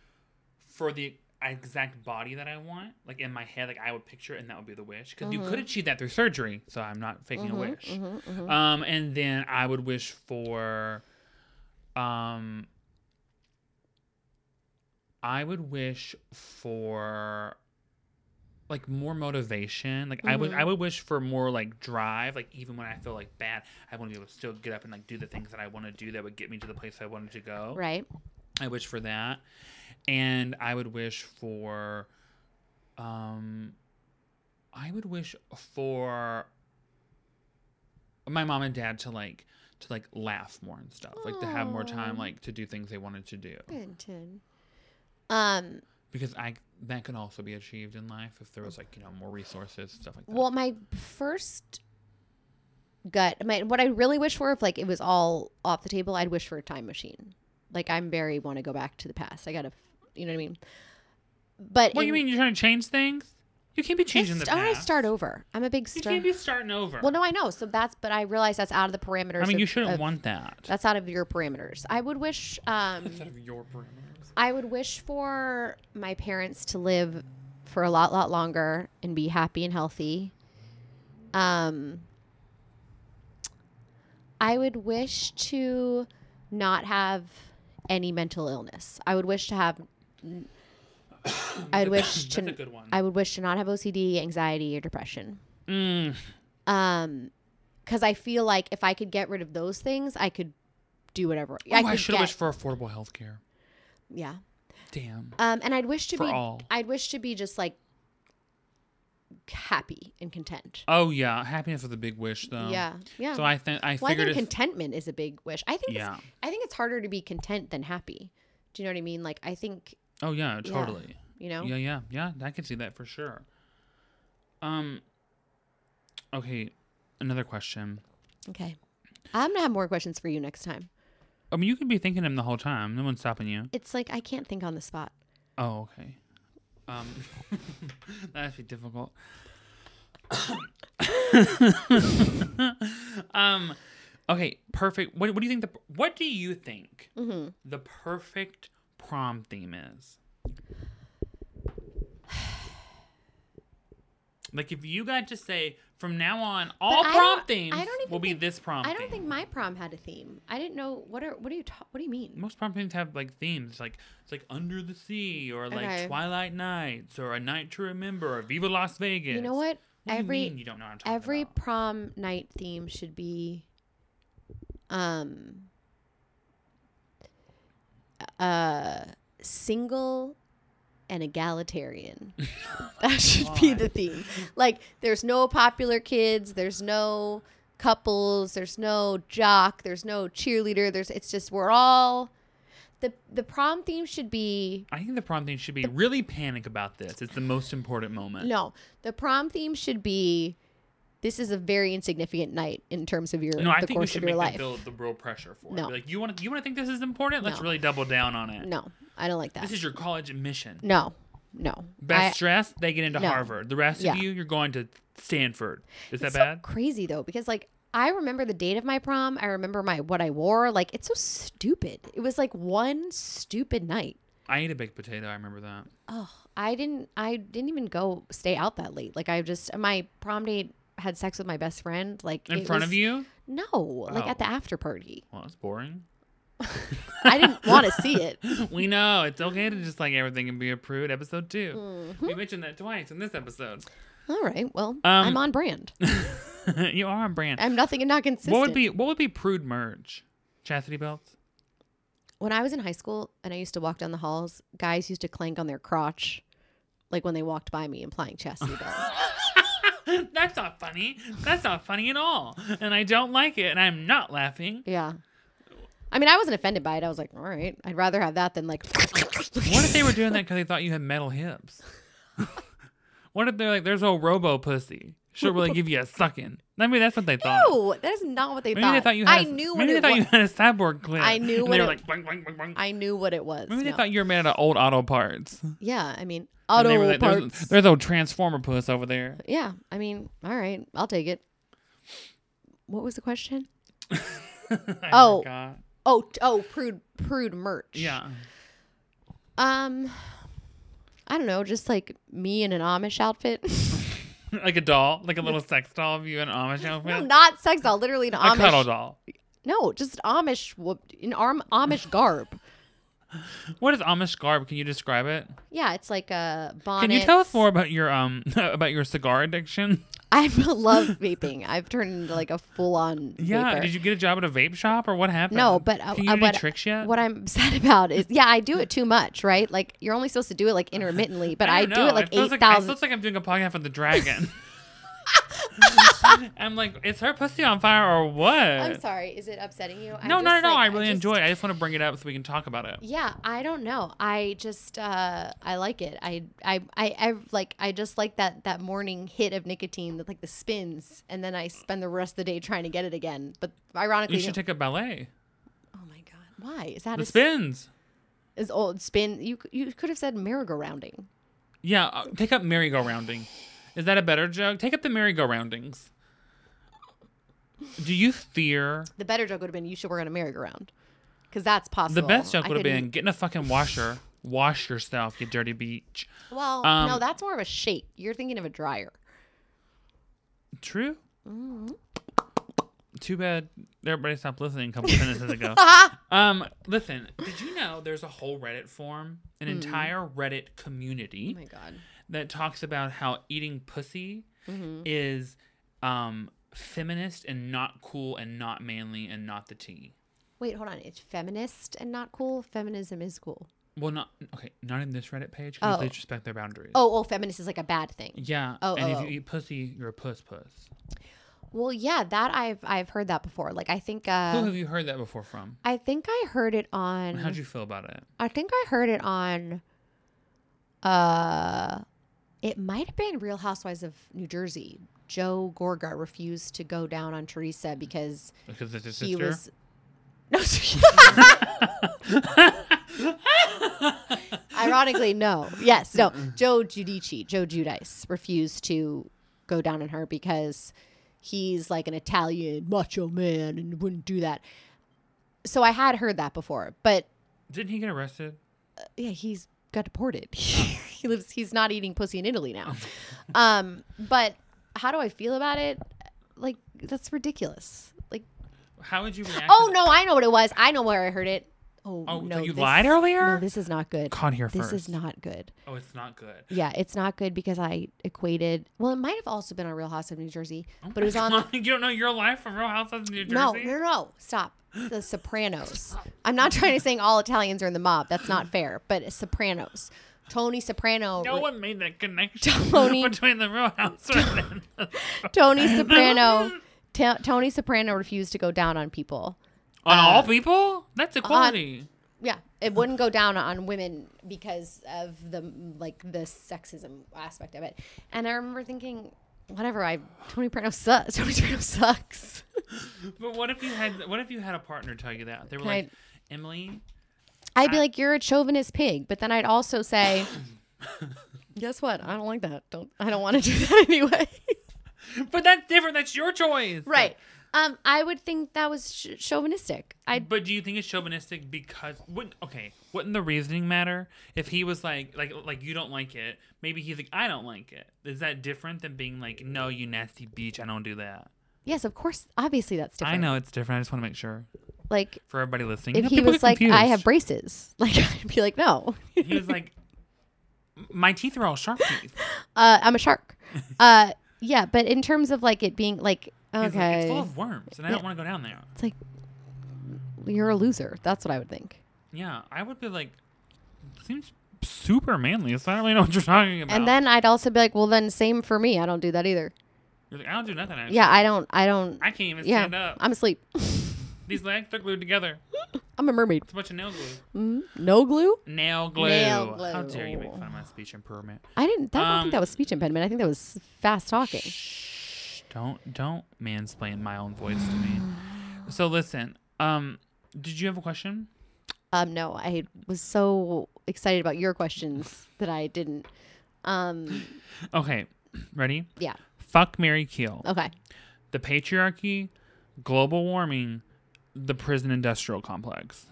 for the exact body that I want, like in my head, like I would picture, it and that would be the wish. Because you could achieve that through surgery, so I'm not faking a wish. Um, and then I would wish for, um, I would wish for like more motivation. Like I would I would wish for more like drive. Like even when I feel like bad, I want to be able to still get up and like do the things that I want to do that would get me to the place I wanted to go.
Right.
I wish for that. And I would wish for um I would wish for my mom and dad to like to like laugh more and stuff. Like to have more time
Aw.
like to do things they wanted to do.
Benton. Um.
Because I that could also be achieved in life if there was like, you know, more resources, stuff like that.
Well, my first gut, my what I really wish for, if like it was all off the table, I'd wish for a time machine. Like I'm very want to go back to the past. I gotta, you know what I mean. But
What do you
in-
mean? You're trying to change things? You can't be changing
Just-
the
I wanna
past.
start over. I'm a big
You
star.
can't be starting over.
Well, no, I know. So that's, but I realize that's out of the parameters.
I mean,
of-
you shouldn't
of-
want that.
That's out of your parameters. I would wish. Um,
of your parameters.
I would wish for my parents to live for a lot, lot longer and be happy and healthy. Um, I would wish to not have any mental illness. I would wish to have. I would wish
That's a
to.
good one.
I would wish to not have OCD, anxiety, or depression.
Mm,
Um, because I feel like if I could get rid of those things, I could do whatever.
oh, I,
could
should have
get-
wished for affordable health care.
Yeah.
Damn.
Um, and I'd wish to
For
be
all.
I'd wish to be just like happy and content.
Oh yeah, happiness was a big wish though.
yeah, yeah.
Um, So I think I
well, I
figured
think
it's
contentment is a big wish. I think
yeah.
it's, I think it's harder to be content than happy. Do you know what I mean? Like I think
Oh yeah,
Yeah.
totally.
you know.
Yeah, yeah, yeah. I can see that for sure. Um. Okay, another question.
Okay, I'm gonna have more questions for you next time.
I mean, you could be thinking him the whole time. No one's stopping you.
It's like I can't think on the spot.
Oh, okay. Um, that'd be difficult. um, okay, perfect. What, what do you think the What do you think
Mm-hmm.
the perfect prom theme is? Like, if you got to say from now on, all
I
prom
don't- I
themes
don't even
will be
think-
this prom.
I don't
theme.
think my prom had a theme. I didn't know what are what are you ta- what do you mean?
most prom themes have like themes like it's like under the sea or like
Okay.
twilight nights or a night to remember or viva las vegas
You know what?
What do
every
you, mean you don't know what I'm talking
every
about?
prom night theme should be um uh single and egalitarian that should be the theme like there's no popular kids there's no couples there's no jock there's no cheerleader there's it's just we're all the the prom theme should be
i think the prom theme should be really panic about this it's the most important moment
No, the prom theme should be. This is a very insignificant night in terms of your
no i
the
think we
course
should
of
make
your
the
life.
build the real pressure for
No.
it Be like you want to you want to think this is important let's
No.
really double down on it
No, I don't like that.
this is your college admission
no, no.
best
I-
dressed they get into
No.
harvard the rest
Yeah.
of you you're going to stanford is that
it's so
bad
crazy though, because like I remember the date of my prom. I remember my what I wore. Like it's so stupid. It was like one stupid night.
i ate a baked potato i remember that
Oh, I didn't. I didn't even go stay out that late. Like I just my prom date had sex with my best friend. Like
in
it
front
was-
of you
No, like
Oh.
at the after party.
well it's boring
I didn't want to see it.
We know it's okay to just like everything and be a prude. Episode 2
Mm-hmm.
we mentioned that twice in this episode.
All right. Well,
Um,
I'm on brand.
you are on brand.
I'm nothing and not consistent.
What would be what would be prude merge? Chastity belts.
when I was in high school and I used to walk down the halls, guys used to clank on their crotch, like when they walked by me, implying chastity belt.
That's not funny. That's not funny at all. And I don't like it. And I'm not laughing.
yeah. I mean, I wasn't offended by it. I was like, all right, I'd rather have that than like.
What if they were doing that because they thought you had metal hips? what if they're like, "There's old Robo pussy. She'll really give you a sucking." I mean, that's what they thought.
No, that is not what they
Maybe
thought.
they thought you had.
I
a-
knew what
Maybe they
it
thought
was.
you had a cyborg clip.
I knew
And
what
they were
it-
like, boing, boing, boing, boing.
I knew what it was.
Maybe
no.
they thought you were made out of old auto parts.
yeah, I mean,
And
auto
they were like, there's-
parts.
There's old transformer puss over there.
yeah, I mean, all right, I'll take it. What was the question?
I
Oh.
forgot.
Oh, t- oh, prude, prude merch.
yeah.
Um, I don't know, just like me in an Amish outfit.
like a doll, like a little sex doll of you in an Amish outfit.
no, not sex doll, literally an
a
Amish.
cuddle doll.
No, just Amish, wo- an arm Amish garb.
What is Amish garb? Can you describe it?
Yeah, it's like a bonnet.
Can you tell us more about your um about your cigar addiction?
I love vaping. I've turned into like a full-on
Yeah.
vapor.
Did you get a job at a vape shop or what happened?
no, but uh,
Can you
uh,
do
what,
any tricks yet?
what I'm sad about is, yeah, I do it too much, right? Like you're only supposed to do it like intermittently, but I,
don't
do
know.
it like
feels
eight
I- It
thousand.
feels like I'm doing a podcast with the dragon. I'm like, is her pussy on fire or what?
I'm sorry. Is it upsetting you? I'm
No,
just,
no, no, no.
like,
I really
just-
enjoy it. I just want to bring it up so we can talk about it.
Yeah, I don't know. I just uh I like it. I I I, I like I just like that that morning hit of nicotine that like the spins and then I spend the rest of the day trying to get it again. But ironically
You should take a ballet.
Oh my god. Why? Is that
The
a
spins.
is old spin? You c- you could have said merry-go-rounding.
Yeah, uh, take up merry-go-rounding. Is that a better joke? Take up the merry-go-roundings. Do you fear?
The better joke would have been you should work on a merry-go-round. Cuz that's possible.
The best joke
I
would have
couldn't-
been getting a fucking washer. Wash yourself, you dirty beach.
Well,
um,
no, that's more of a shake. You're thinking of a dryer. Oh
True.
Mm-hmm.
Too bad everybody stopped listening a couple sentences ago. um, listen, did you know there's a whole Reddit forum, an
Hmm.
entire Reddit community
Oh my god.
that talks about how eating pussy
Mm-hmm.
is um feminist and not cool and not manly and not the tea.
Wait, hold on. It's feminist and not cool. Feminism is cool.
Well, not okay. Not in this Reddit page. Can
Oh.
you please respect their boundaries?
Oh, oh, feminist is like a bad thing.
Yeah.
Oh,
and
oh,
if
oh.
you eat pussy, you're a puss puss.
Well, yeah, that I've I've heard that before. Like I think
Who
uh Mm-hmm.
have you heard that before from?
I think I heard it on
And how'd you feel about it?
I think I heard it on uh it might have been Real Housewives of New Jersey. Joe Gorga refused to go down on Teresa because
Because it's his
he
sister.
was no. Ironically, no. Yes, no. Joe Giudice, Joe Giudice, refused to go down on her because he's like an Italian macho man and wouldn't do that. So I had heard that before, but
Didn't he get arrested?
yeah, he's got deported. he lives. He's not eating pussy in Italy now. um, but how do I feel about it? Like that's ridiculous. Like
How would you react?
oh
to-
no, I know what it was. I know where I heard it. Oh,
Oh, so
no,
you
this-
lied earlier?
No, this is not good.
Caught here
This
first.
is not good.
Oh, it's not good.
Yeah, it's not good because I equated. Well, it might have also been on Real House of New Jersey, but it was on.
you don't know your life from Real Housewives of Oh New Jersey.
No, no, no, no, stop. The Sopranos. I'm not trying to say all Italians are in the mob. That's not fair. But Sopranos. Tony Soprano.
No
re-
one made that connection
Tony-
between the Real Housewives. and-
Tony Soprano. Ta- Tony Soprano refused to go down on people.
On all
Uh,
people? That's equality.
Yeah, it wouldn't go down on women because of the like the sexism aspect of it. And I remember thinking, whatever. I Tony Soprano sucks. Tony Soprano sucks.
But what if you had what if you had a partner tell you that? They were
Can I-
like, Emily,
I'd be like, you're a chauvinist pig. But then I'd also say, guess what? I don't like that. Don't I don't want to do that anyway.
But that's different. That's your choice.
right. Um, I would think that was ch- chauvinistic. I
But do you think it's chauvinistic because wouldn't okay, wouldn't the reasoning matter if he was like like like you don't like it, maybe he's like I don't like it. Is that different than being like no you nasty bitch, I don't do that.
yes, of course, obviously that's different.
I know it's different. I just want to make sure
Like
for everybody listening. You
if
know,
he
people
was
get
like, I
confused.
have braces, like I'd be like, no,
He was like my teeth are all sharp teeth.
uh, I'm a shark. Uh, yeah, but in terms of like it being like,
He's like, it's
okay,
full of worms and I don't want to go down there.
it's like you're a loser. That's what I would think.
Yeah, I would be like seems super manly, so I don't really know what you're talking about.
And then I'd also be like, well, then same for me. I don't do that either.
you're like, I don't do nothing actually.
Yeah, I don't. I don't.
I can't even
yeah,
stand up.
I'm asleep.
These legs are glued together.
I'm a mermaid. Mm-hmm.
It's a bunch of nail glue.
No glue.
Nail glue.
Nail
How
glue.
dare you make fun of my speech impairment?
I didn't. I don't
Um,
think that was speech impediment. I think that was fast talking.
Shh, don't don't mansplain my own voice to me. So listen, um, did you have a question?
Um, no, I was so excited about your questions that I didn't. Um,
Okay, ready?
yeah.
Fuck Mary Keel.
Okay.
The patriarchy, global warming, the prison industrial complex.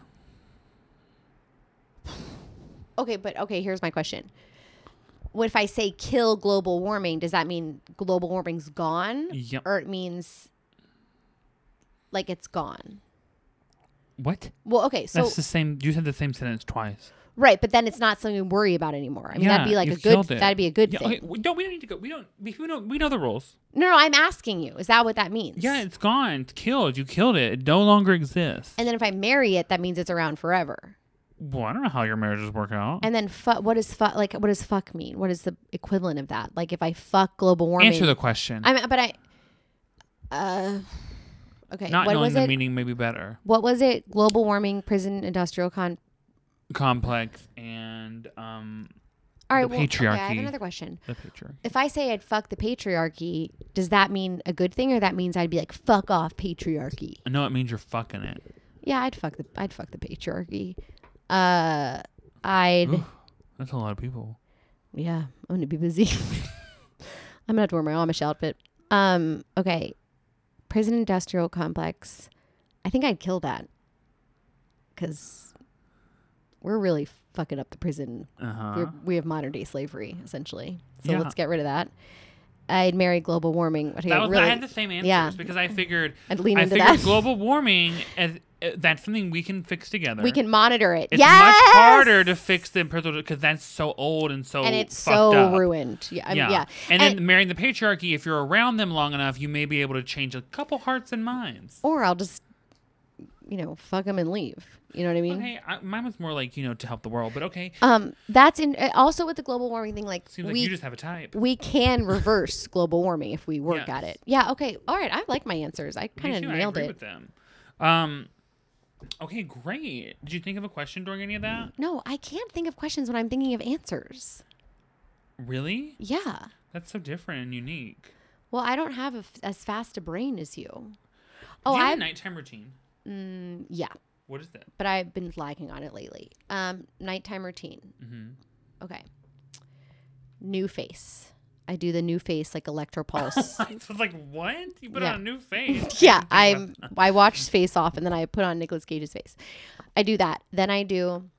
Okay, but okay, here's my question. What if I say kill global warming? Does that mean global warming's gone?
Yep.
Or it means like it's gone?
What?
Well, okay, so
That's the same. You said the same sentence twice.
right, but then it's not something to worry about anymore. I mean, that'd be like a
you've
good
killed it.
that'd be a good
Yeah,
thing.
okay, we don't. We don't need to go. We don't. We, we don't. We know the rules.
No, no, I'm asking you. Is that what that means?
Yeah, it's gone. It's killed. You killed it. It no longer exists.
And then if I marry it, that means it's around forever.
Well, I don't know how your marriages work out.
And then fu- what is fuck like what does fuck mean? What is the equivalent of that? Like if I fuck global warming.
Answer the question.
I mean, but I uh okay,
Not
what
knowing
was
the
it?
meaning may be better.
what was it? Global warming, prison, industrial con.
Complex and um
All right,
The
well, okay, I have
patriarchy.
another question.
the patriarchy.
If I say I'd fuck the patriarchy, does that mean a good thing, or that means I'd be like fuck off patriarchy?
I know it means you're fucking it.
Yeah, I'd fuck the I'd fuck the patriarchy. Uh, I'd
Oof, that's a lot of people.
yeah, I'm gonna be busy. I'm gonna have to wear my Amish outfit. Um, okay, prison industrial complex. I think I'd kill that because we're really fucking up the prison
Uh huh.
We're, we have modern day slavery essentially. So
Yeah.
let's get rid of that. I'd marry global warming. I think
That
I'd
was I
really,
had the same answers
yeah.
because I figured
I'd lean
I
into
figured
that.
global warming as uh, that's something we can fix together.
we can monitor it.
It's
yes!
much harder to fix than prison because that's so old and so
and it's
fucked
so
up.
ruined. Yeah, I mean, yeah.
And, then marrying the patriarchy, if you're around them long enough, you may be able to change a couple hearts and minds.
or I'll just you know, fuck them and leave. You know what I mean?
Okay, I, mine was more like you know to help the world, but okay.
Um, that's in uh, also with the global warming thing. Like
Seems like
we
you just have a type.
we can reverse global warming if we work at
Yes.
it. Yeah. Okay. All right. I like my answers. I
Me
kind of
too, I
nailed
agree
it.
With them. Um. Okay, great. Did you think of a question during any of that?
No, I can't think of questions when I'm thinking of answers.
Really?
Yeah.
That's so different and unique.
Well, I don't have a f as fast a brain as you.
Do
Oh,
you have
I
a nighttime routine.
mm, yeah,
What is that?
but I've been lagging on it lately. Um, nighttime routine.
Mhm.
Okay. New face. I do the new face like electro pulse.
I was like, what? You put
Yeah.
on a new face.
yeah, I'm. I watch Face Off, and then I put on Nicolas Cage's face. I do that. Then I do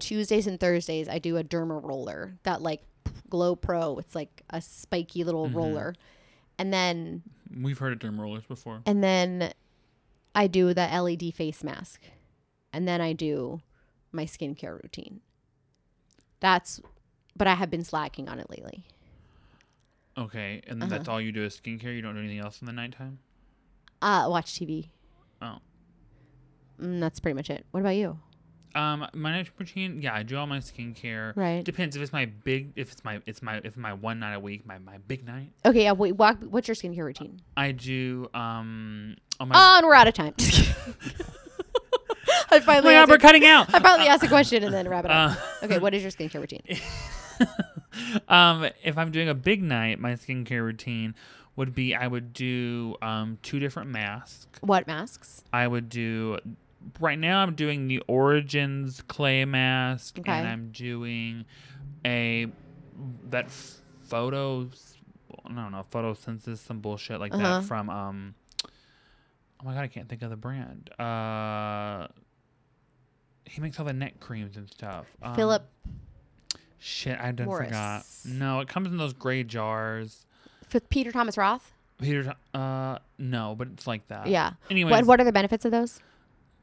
Tuesdays and Thursdays. I do a derma roller that like Glow Pro. It's like a spiky little roller, and then
We've heard of derm rollers before.
and then I do the LED face mask, and then I do my skincare routine. That's, but I have been slacking on it lately.
Okay, and
Uh-huh.
that's all you do is skincare. You don't do anything else in the nighttime.
Uh, watch TV.
Oh.
Mm, that's pretty much it. What about you?
Um, my night routine, yeah, I do all my skincare.
Right.
Depends if it's my big, if it's my, it's my, if my one night a week, my my big night.
Okay, yeah, wait, what, what's your skincare routine?
I do um on my.
Oh, and we're out of time. I
oh my
finally,
God,
asked
we're
a,
cutting out.
I finally asked a question and then wrap it up.
Uh,
okay, what is your skincare routine?
um, if I'm doing a big night, my skincare routine would be I would do um two different masks.
What masks?
I would do right now I'm doing the Origins clay mask
Okay.
and I'm doing a that photo I don't know, photosynthesis some bullshit like
Uh-huh.
that from um Oh my god, I can't think of the brand. Uh he makes all the neck creams and stuff. Um,
Philip
Shit, I done forgot.
Morris.
No, it comes in those gray jars.
with Peter Thomas Roth.
Peter, uh, no, but it's like that.
yeah.
Anyways,
What, what are the benefits of those?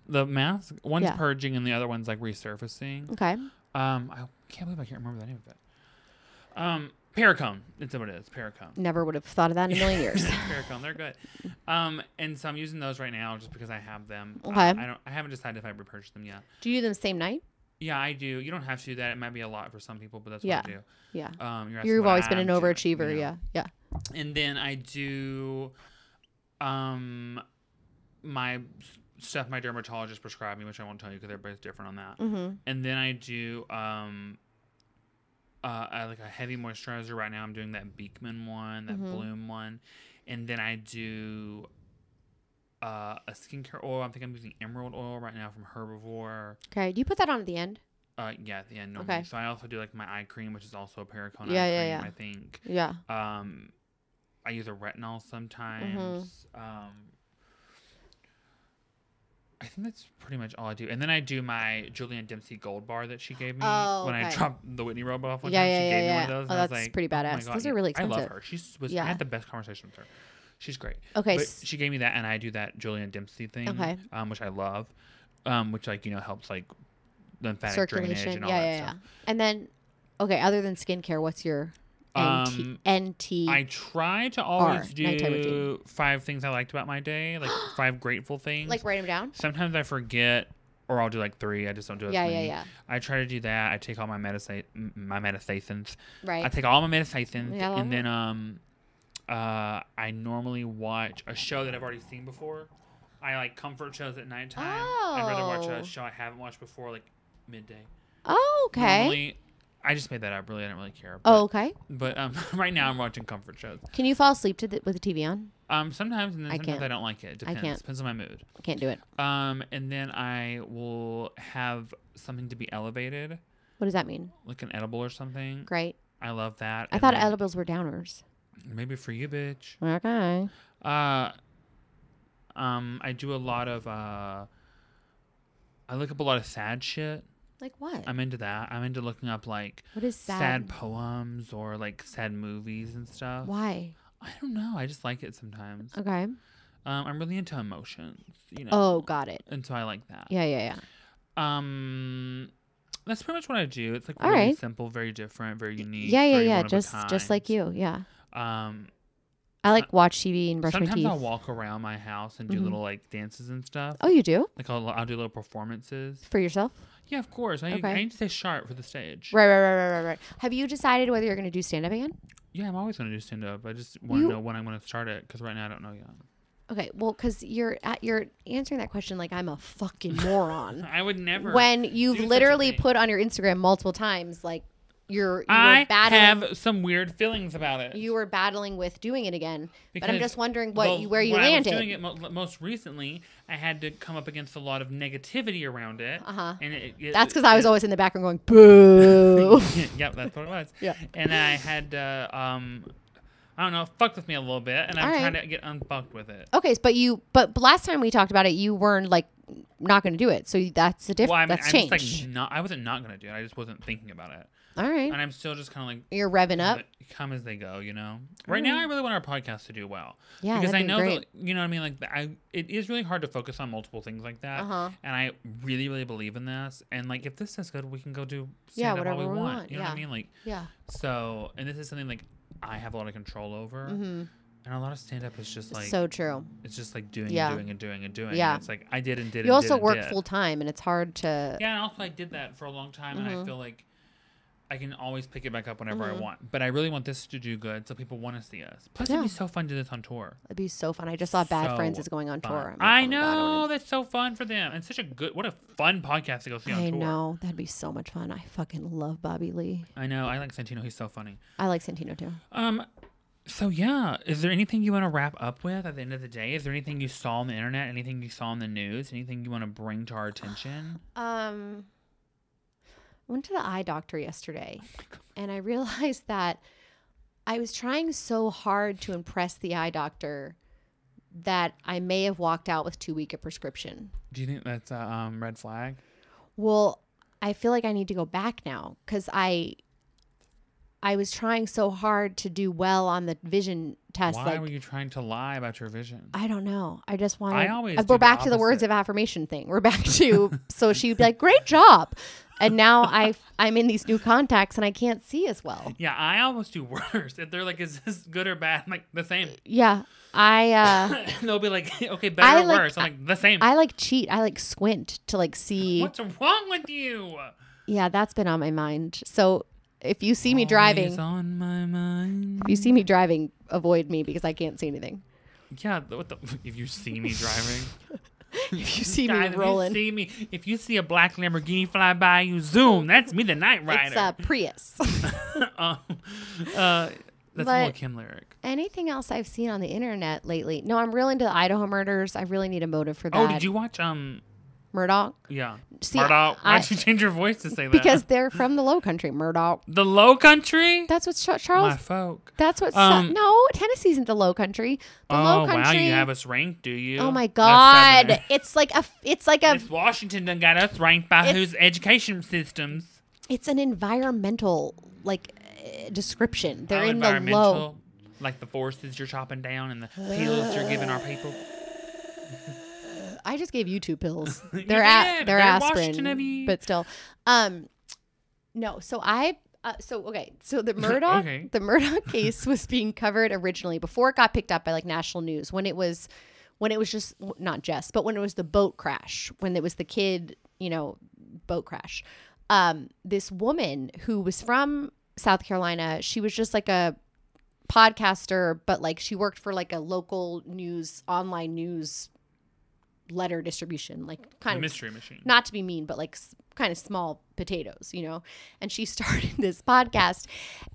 The mask, one's
Yeah.
purging and the other one's like resurfacing.
Okay.
Um, I can't believe I can't remember the name of it. Um, Paracone. It's what it is. Paracone.
Never would have thought of that in a million years.
Paracone. They're good. Um, and so I'm using those right now just because I have them. Uh,
Okay.
I don't. I haven't decided if I repurchase them yet.
Do you do them same night?
Yeah, I do. You don't have to do that. It might be a lot for some people, but that's
Yeah.
what I do.
Yeah.
Um, you're asking
You've
what
always been
I'm
an
doing,
overachiever.
you know?
Yeah. Yeah.
and then I do um my s- stuff my dermatologist prescribed me, which I won't tell you because everybody's different on that.
Mm-hmm.
And then I do um uh I like a heavy moisturizer. Right now, I'm doing that Beekman one, that
Mhm.
Bloom one, and then I do. Uh, a skincare oil. I think I'm using emerald oil right now from Herbivore.
Okay. Do you put that on at the end?
Uh, yeah, at the end.
Okay.
Normally. So I also do like my eye cream, which is also a Paracone
Yeah,
eye cream.
yeah, yeah.
I think.
Yeah.
Um, I use a retinol sometimes.
Mm-hmm.
Um, I think that's pretty much all I do. And then I do my Julian Dempsey gold bar that she gave me
Oh,
when I
okay.
dropped the Whitney robe off one
Yeah,
time.
yeah,
she
yeah,
gave me
yeah.
one of those. and
Oh,
I was
that's
like,
pretty
"Oh my
badass.
God,
Those are
yeah."
really
I love
expensive.
her. She's was,
Yeah.
I had the best conversation with her. She's great.
Okay.
But
s-
she gave me that, and I do that Julian Dempsey thing,
Okay.
um, which I love, um, which like you know helps like lymphatic drainage
Circulation.
and
Yeah.
all
Yeah.
that
Yeah.
stuff.
And then, okay, other than skincare, what's your NT?
Um,
NT?
I try to always
nighttime routine.
do five things I liked about my day, like five grateful things.
like write them down?
Sometimes I forget, or I'll do like three. I just don't do it.
Yeah. Yeah. Yeah.
I try to do that. I take all my medicine, my meditations. I
Right.
take all my meditations,
Yeah, I love
and then um, uh, I normally watch a show that I've already seen before. I like comfort shows at nighttime. I'd rather watch
Oh.
a show I haven't watched before, like midday.
Oh, okay.
Normally, I just made that up. Really, I don't really care. But,
oh, okay.
But um, right now I'm watching comfort shows.
Can you fall asleep to the, with the TV on?
Um, sometimes and then
I
sometimes
can't.
I don't like it. It
I
depends.
can't.
Depends on my mood.
Can't do it.
Um, and then I will have something to be elevated,
What does that mean?
like an edible or something.
Great.
I love that.
I
And
thought
then-
edibles were downers.
Maybe for you, bitch.
Okay.
Uh, um, I do a lot of uh. I look up a lot of sad shit.
Like what?
I'm into that. I'm into looking up like
what is
sad,
sad?
poems or like sad movies and stuff.
Why?
I don't know. I just like it sometimes.
Okay.
Um, I'm really into emotions, you know.
uh, Oh, got it.
And so I like that.
Yeah, yeah, yeah.
Um, that's pretty much what I do. It's like
All
really
right.
simple, very different, very unique.
Yeah, yeah,
very
yeah.
one of a
Just just like
kind.
you. Yeah.
Um,
I like watch TV and brush my
Sometimes
teeth. Mm-hmm.
I'll walk around my house and do little like dances and stuff.
oh, you do
Like I'll, I'll do little performances.
for yourself?
Yeah, of course. I,
Okay.
I need to stay sharp for the stage.
Right, right, right, right, right, right. Have you decided whether you're going to do stand up again?
Yeah, I'm always gonna do stand up. I just want to
You-
know when I'm gonna start it because right now I don't know yet.
Okay, well, because you're at, you're answering that question like I'm a fucking moron.
I would never.
when
do
you've
such a
literally
thing.
put on your Instagram multiple times, like you're you
I
were battling,
have some weird feelings about it.
you were battling with doing it again. but I'm
Because-
just wondering what
well,
you where you
when
landed.
I was doing it mo- most recently, I had to come up against a lot of negativity around it.
Uh-huh.
And it, it,
That's because I was always in the background going boo.
yep, that's what it was.
Yeah.
And I had uh, um, I don't know, fucked with me a little bit, and I'm
All
trying
right.
to get unfucked with it.
okay, but you but last time we talked about it, you weren't like not going to do it. So that's a different
Well, I mean,
that's
I'm
changed.
just like not. I wasn't not gonna do it. I just wasn't thinking about it,
All right,
and I'm still just kind of like
you're revving up.
let it come as they go. You know. Right now, I really want our podcast to do well.
Mm. Yeah,
Because
that'd
I
be
know
great.
that you know what I mean. Like the- I, it is really hard to focus on multiple things like that.
Uh-huh.
And I really, really believe in this. And like, if this is good, we can go do
Yeah,
stand up all
whatever
we,
we
want.
want,
You know what I
yeah.
mean? Like
Yeah.
so. And this is something like I have a lot of control over. And a lot of stand up is just like
Mm-hmm. so true.
it's just like doing
Yeah.
and doing and doing and doing. and
Yeah.
it's like I did and did.
You
and did
also
and
work
did.
full time, and it's hard to.
Yeah, and also I did that for a long time, and
Mm-hmm.
I feel like I can always pick it back up whenever I want. But I really want this to do good, so people want to see us. Plus, it'd
Yeah.
be so fun to do this on tour.
It'd be so fun. I just saw Bad Friends
So
is going on
fun.
tour. I'm like,
I
oh my God, wanna
know that's so fun for them, and such a good, what a fun podcast to go see on
I
tour.
know. That'd be so much fun. I fucking love Bobby Lee.
I know. I like Santino; he's so funny.
I like Santino too.
Um, so yeah, is there anything you want to wrap up with at the end of the day? Is there anything you saw on the internet? Anything you saw on the news? Anything you want to bring to our attention?
Um I went to the eye doctor yesterday
Oh
and I realized that I was trying so hard to impress the eye doctor that I may have walked out with too weak a prescription.
Do you think that's a um, red flag?
Well, I feel like I need to go back now cuz I I was trying so hard to do well on the vision test
Why
like
were you trying to lie about your vision?
I don't know. I just wanted.
I always
Uh,
do
we're
the
back to the words
opposite.
of affirmation thing. We're back to so she'd be like, "Great job," and now I I'm in these new contacts and I can't see as well.
Yeah, I almost do worse. If they're like, "Is this good or bad?" I'm like, "The same."
Yeah, I uh
And they'll be like, "Okay, better
I
or
like-
worse." I'm like, "The same."
I like cheat. I like squint to like see.
What's wrong with you?
Yeah, that's been on my mind. So if you
Oh,
see me driving,
Always on my mind.
if you see me driving, avoid me because I can't see anything.
Yeah. th- What the? If you see me driving,
If you see
Guys,
me rolling,
If you see me. If you see a black Lamborghini fly by, you zoom. That's me, the night rider.
it's a Prius.
um, uh, that's more
But-
Kim lyric.
Anything else I've seen on the internet lately? No, I'm real into the Idaho murders. I really need a motive for that.
Oh, did you watch? Um,
Murdoch?
yeah.
See,
Murdoch, why'd
I-
you change your voice to say that?
because they're from the Low Country, Murdoch.
the Low Country.
That's what Char-
my
Charles.
folk.
That's what. Su-
um,
no, Tennessee's isn't the Low Country. The
oh
Low Country.
wow, you have us ranked, do you?
oh my
Us Southerners.
God! It's like a. f- It's like a.
Miss Washington done got us ranked by
It's-
whose education systems?
It's an environmental like uh, description. They're
How
in the low. Uh,
like the forests you're chopping down and the pills you're giving our people.
I just gave you two pills. They're a-
did.
they're,
They're Washington of
aspirin,
you.
but still. Um, no. So I. Uh, so okay, so the Murdoch
Okay.
the Murdoch case was being covered originally before it got picked up by like national news when it was when it was just not just but when it was the boat crash when it was the kid you know boat crash um this woman who was from South Carolina she was just like a podcaster but like she worked for like a local news online news letter distribution like
The
kind of
mystery machine.
not to be mean, but like s- kind of small potatoes, you know? And she started this podcast.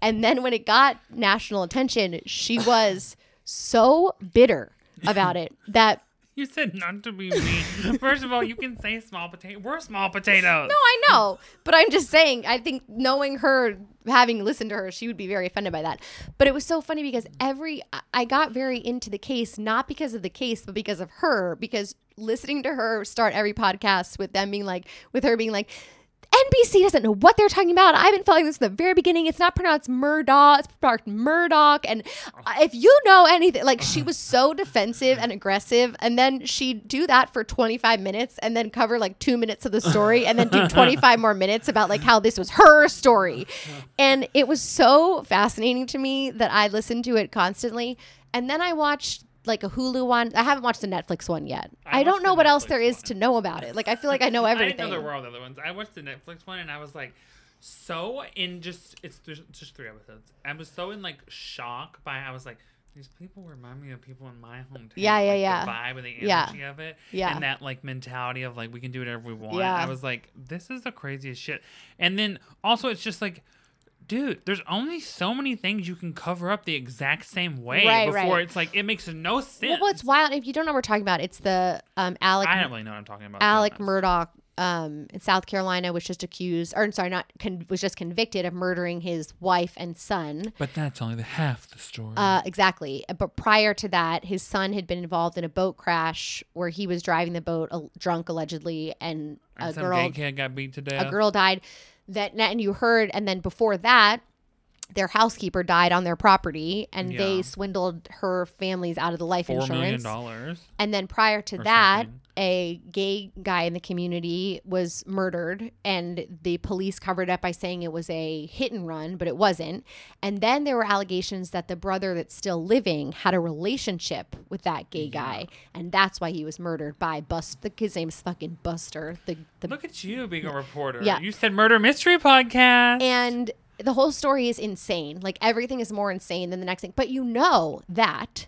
And then when it got national attention, she was so bitter about it that.
You said not to be mean. First of all, you can say small potato. We're small potatoes.
No, I know, but I'm just saying, I think knowing her, having listened to her, she would be very offended by that. But it was so funny because every, I- I got very into the case, not because of the case, but because of her, because listening to her start every podcast with them being like, with her being like, NBC doesn't know what they're talking about. I've been following this from the very beginning. It's not pronounced Murdoch, it's pronounced Murdoch. And uh, if you know anything, like she was so defensive and aggressive. And then she'd do that for 25 minutes and then cover like two minutes of the story and then do 25 more minutes about like how this was her story. And it was so fascinating to me that I listened to it constantly. And then I watched like a Hulu one. I haven't watched the Netflix one yet.
I
I, don't
watched
know
the
what else
Netflix
there is
one.
to know about it. Like I feel like I know everything.
I didn't know there were all the other ones. I watched the Netflix one and I was like, so in just it's there's just three episodes. I was so in like shock by I was like. These people remind me of people in my hometown.
Yeah, yeah,
like,
yeah.
The vibe and the
Yeah.
energy of it,
Yeah.
and that like mentality of like we can do whatever we want.
Yeah.
I was like, this is the craziest shit. And then also, it's just like, dude, there's only so many things you can cover up the exact same way
Right,
before
right.
it's like it makes no sense.
Well, what's wild if you don't know what we're talking about? It's the um, Alec
I don't really know what I'm talking about. to be
Alec
honest.
Murdoch um, in South Carolina was just accused, or sorry, not con- was just convicted of murdering his wife and son.
But that's only the half the story.
Uh, exactly. But prior to that, his son had been involved in a boat crash where he was driving the boat al- drunk allegedly, and a
And some
girl
gay kid got beat to death.
a girl died that and you heard and then before that their housekeeper died on their property and
Yeah.
they swindled her families out of the life
Four million
insurance
dollars.
and then prior to
or
that
something.
a gay guy in the community was murdered and the police covered up by saying it was a hit and run but it wasn't and then there were allegations that the brother that's still living had a relationship with that gay guy and that's why he was murdered by bust the his name's fucking buster the, the
Look at you being a reporter.
Yeah.
You said murder mystery podcast.
and the whole story is insane. Like everything is more insane than the next thing. But you know that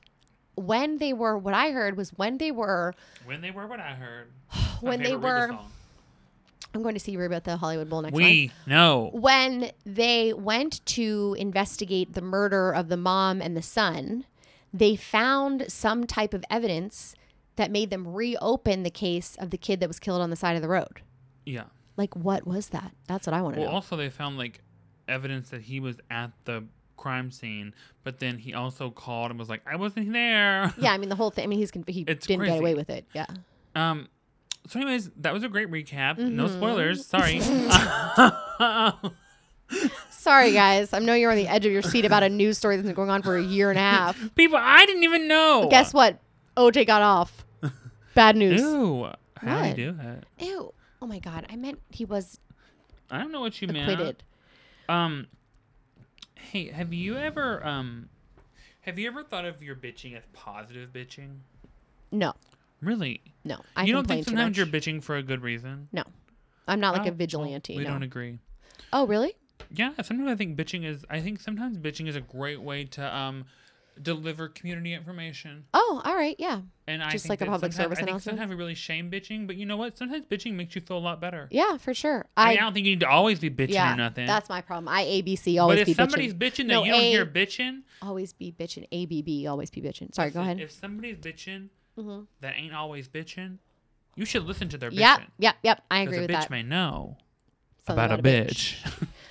when they were, what I heard was when they were,
when they were what I heard. My
when they
favorite Reba
were,
song.
I'm going to see Reba at the Hollywood Bowl next month.
We know.
When they went to investigate the murder of the mom and the son, they found some type of evidence that made them reopen the case of the kid that was killed on the side of the road.
Yeah.
Like, what was that? That's what I want to
Well,
know.
also they found like evidence that he was at the crime scene, but then he also called and was like, "I wasn't there."
Yeah, I mean the whole thing. I mean he's con- he
It's
didn't get
crazy.
away with it. Yeah.
Um. So, anyways, that was a great recap. No
Mm-hmm.
spoilers. Sorry.
Sorry, guys. I know you're on the edge of your seat about a news story that's been going on for a year and a half.
People, I didn't even know.
Guess what? OJ got off. Bad news. Ew.
Ew. How do
What?
you do it?
Oh my God. I meant he was
I don't know what you meant.
acquitted.
Um, hey, have you ever um, have you ever thought of your bitching as positive bitching?
No,
Really?
no. I
you don't
complain
think sometimes
too
you're
much.
bitching for a good reason?
No, I'm not like
Oh,
a
well,
vigilante.
we
no.
don't agree.
oh, really?
Yeah, sometimes I think bitching is. I think sometimes bitching is a great way to um, deliver community information.
Oh, all right. Yeah,
And I
Just
think
like a
that
public
sometimes-
service
I think
announcement?
sometimes we really shame bitching, but you know what? Sometimes bitching makes you feel a lot better.
yeah, for sure.
I,
I,
mean, I don't think you need to always be bitching
yeah.
or nothing.
That's my problem. I ABC
but
always
if
be
somebody's
bitching.
bitching that
No,
you don't
A-
hear bitching,
Always be bitching. ABB. Always be bitching. Sorry. Go ahead. Mm-hmm.
If somebody's bitching that ain't always bitching, you should listen to their bitching.
Yep. Yep. Yep. I
'Cause
agree
a
with
bitch
that.
may know
Something
about, a bitch.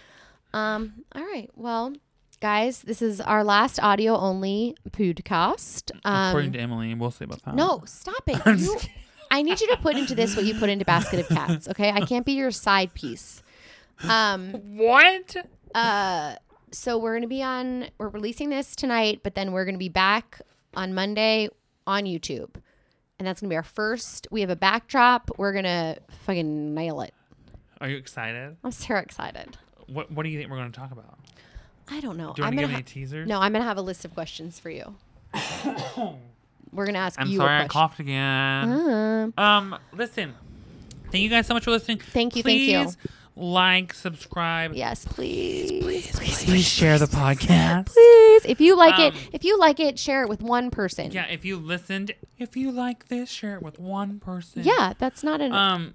Um, all right. Well, guys, this is our last audio only podcast.
According
Um,
to Emily, we'll see about that.
no, stop it.
I'm
You-
just kidding.
I need you to put into this what you put into Basket of Cats, okay? I can't be your side piece. Um,
What?
uh, so we're going to be on, we're releasing this tonight, but then we're going to be back on Monday on YouTube. And that's going to be our first. We have a backdrop. We're going to fucking nail it.
Are you excited?
I'm so excited.
What What do you think we're going to talk about?
I don't know.
Do you want
I'm
to give
gonna
any teasers?
No, I'm gonna have a list of questions for you. We're gonna ask
I'm
you.
sorry,
a
I
question.
coughed again.
Um,
Um, listen. Thank you guys so much for listening.
Thank you, thank
Please
you.
Like, subscribe.
yes, please, please, please,
Please share the podcast.
If you like it,
Um,
if you like it, share it with one person.
Yeah, if you listened, if you like this, share it with one person.
Yeah, that's not an.
Um,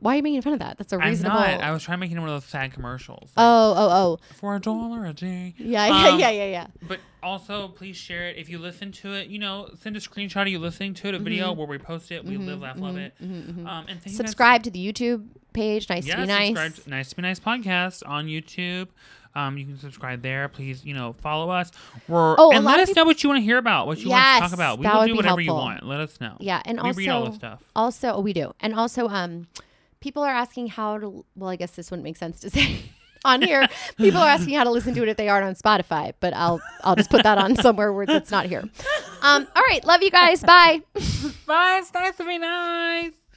why are you making fun of that? That's a
I'm
reasonable.
not. I was trying making one of those sad commercials. like,
oh, oh, oh.
for a dollar a day.
Yeah, yeah,
Um,
yeah, yeah, yeah.
But also, please share it. If you listen to it, you know, send a screenshot of you listening to it, a
Mm-hmm.
video where we post it. We live, laugh, love it. Um, and thank
Subscribe to the YouTube page. Nice
You
to be
guys. Yeah,
nice.
subscribe to Nice to Be Nice podcast on YouTube. Um, you can subscribe there. Please, you know, follow us. We're,
Oh, a
and
lot
let
of
us know what you want to hear about, what you want to
Yes,
talk about. We
that
will
would
do
be
whatever you
helpful.
want. Let us know.
Yeah, and
we
also
read all the stuff.
Also, oh, we do, and also um, people are asking how to. Well, I guess this wouldn't make sense to say on here. People are asking how to listen to it if they aren't on Spotify, but I'll I'll just put that on somewhere where that's not here. Um, all right, love you guys. Bye.
Bye. It's nice to be nice.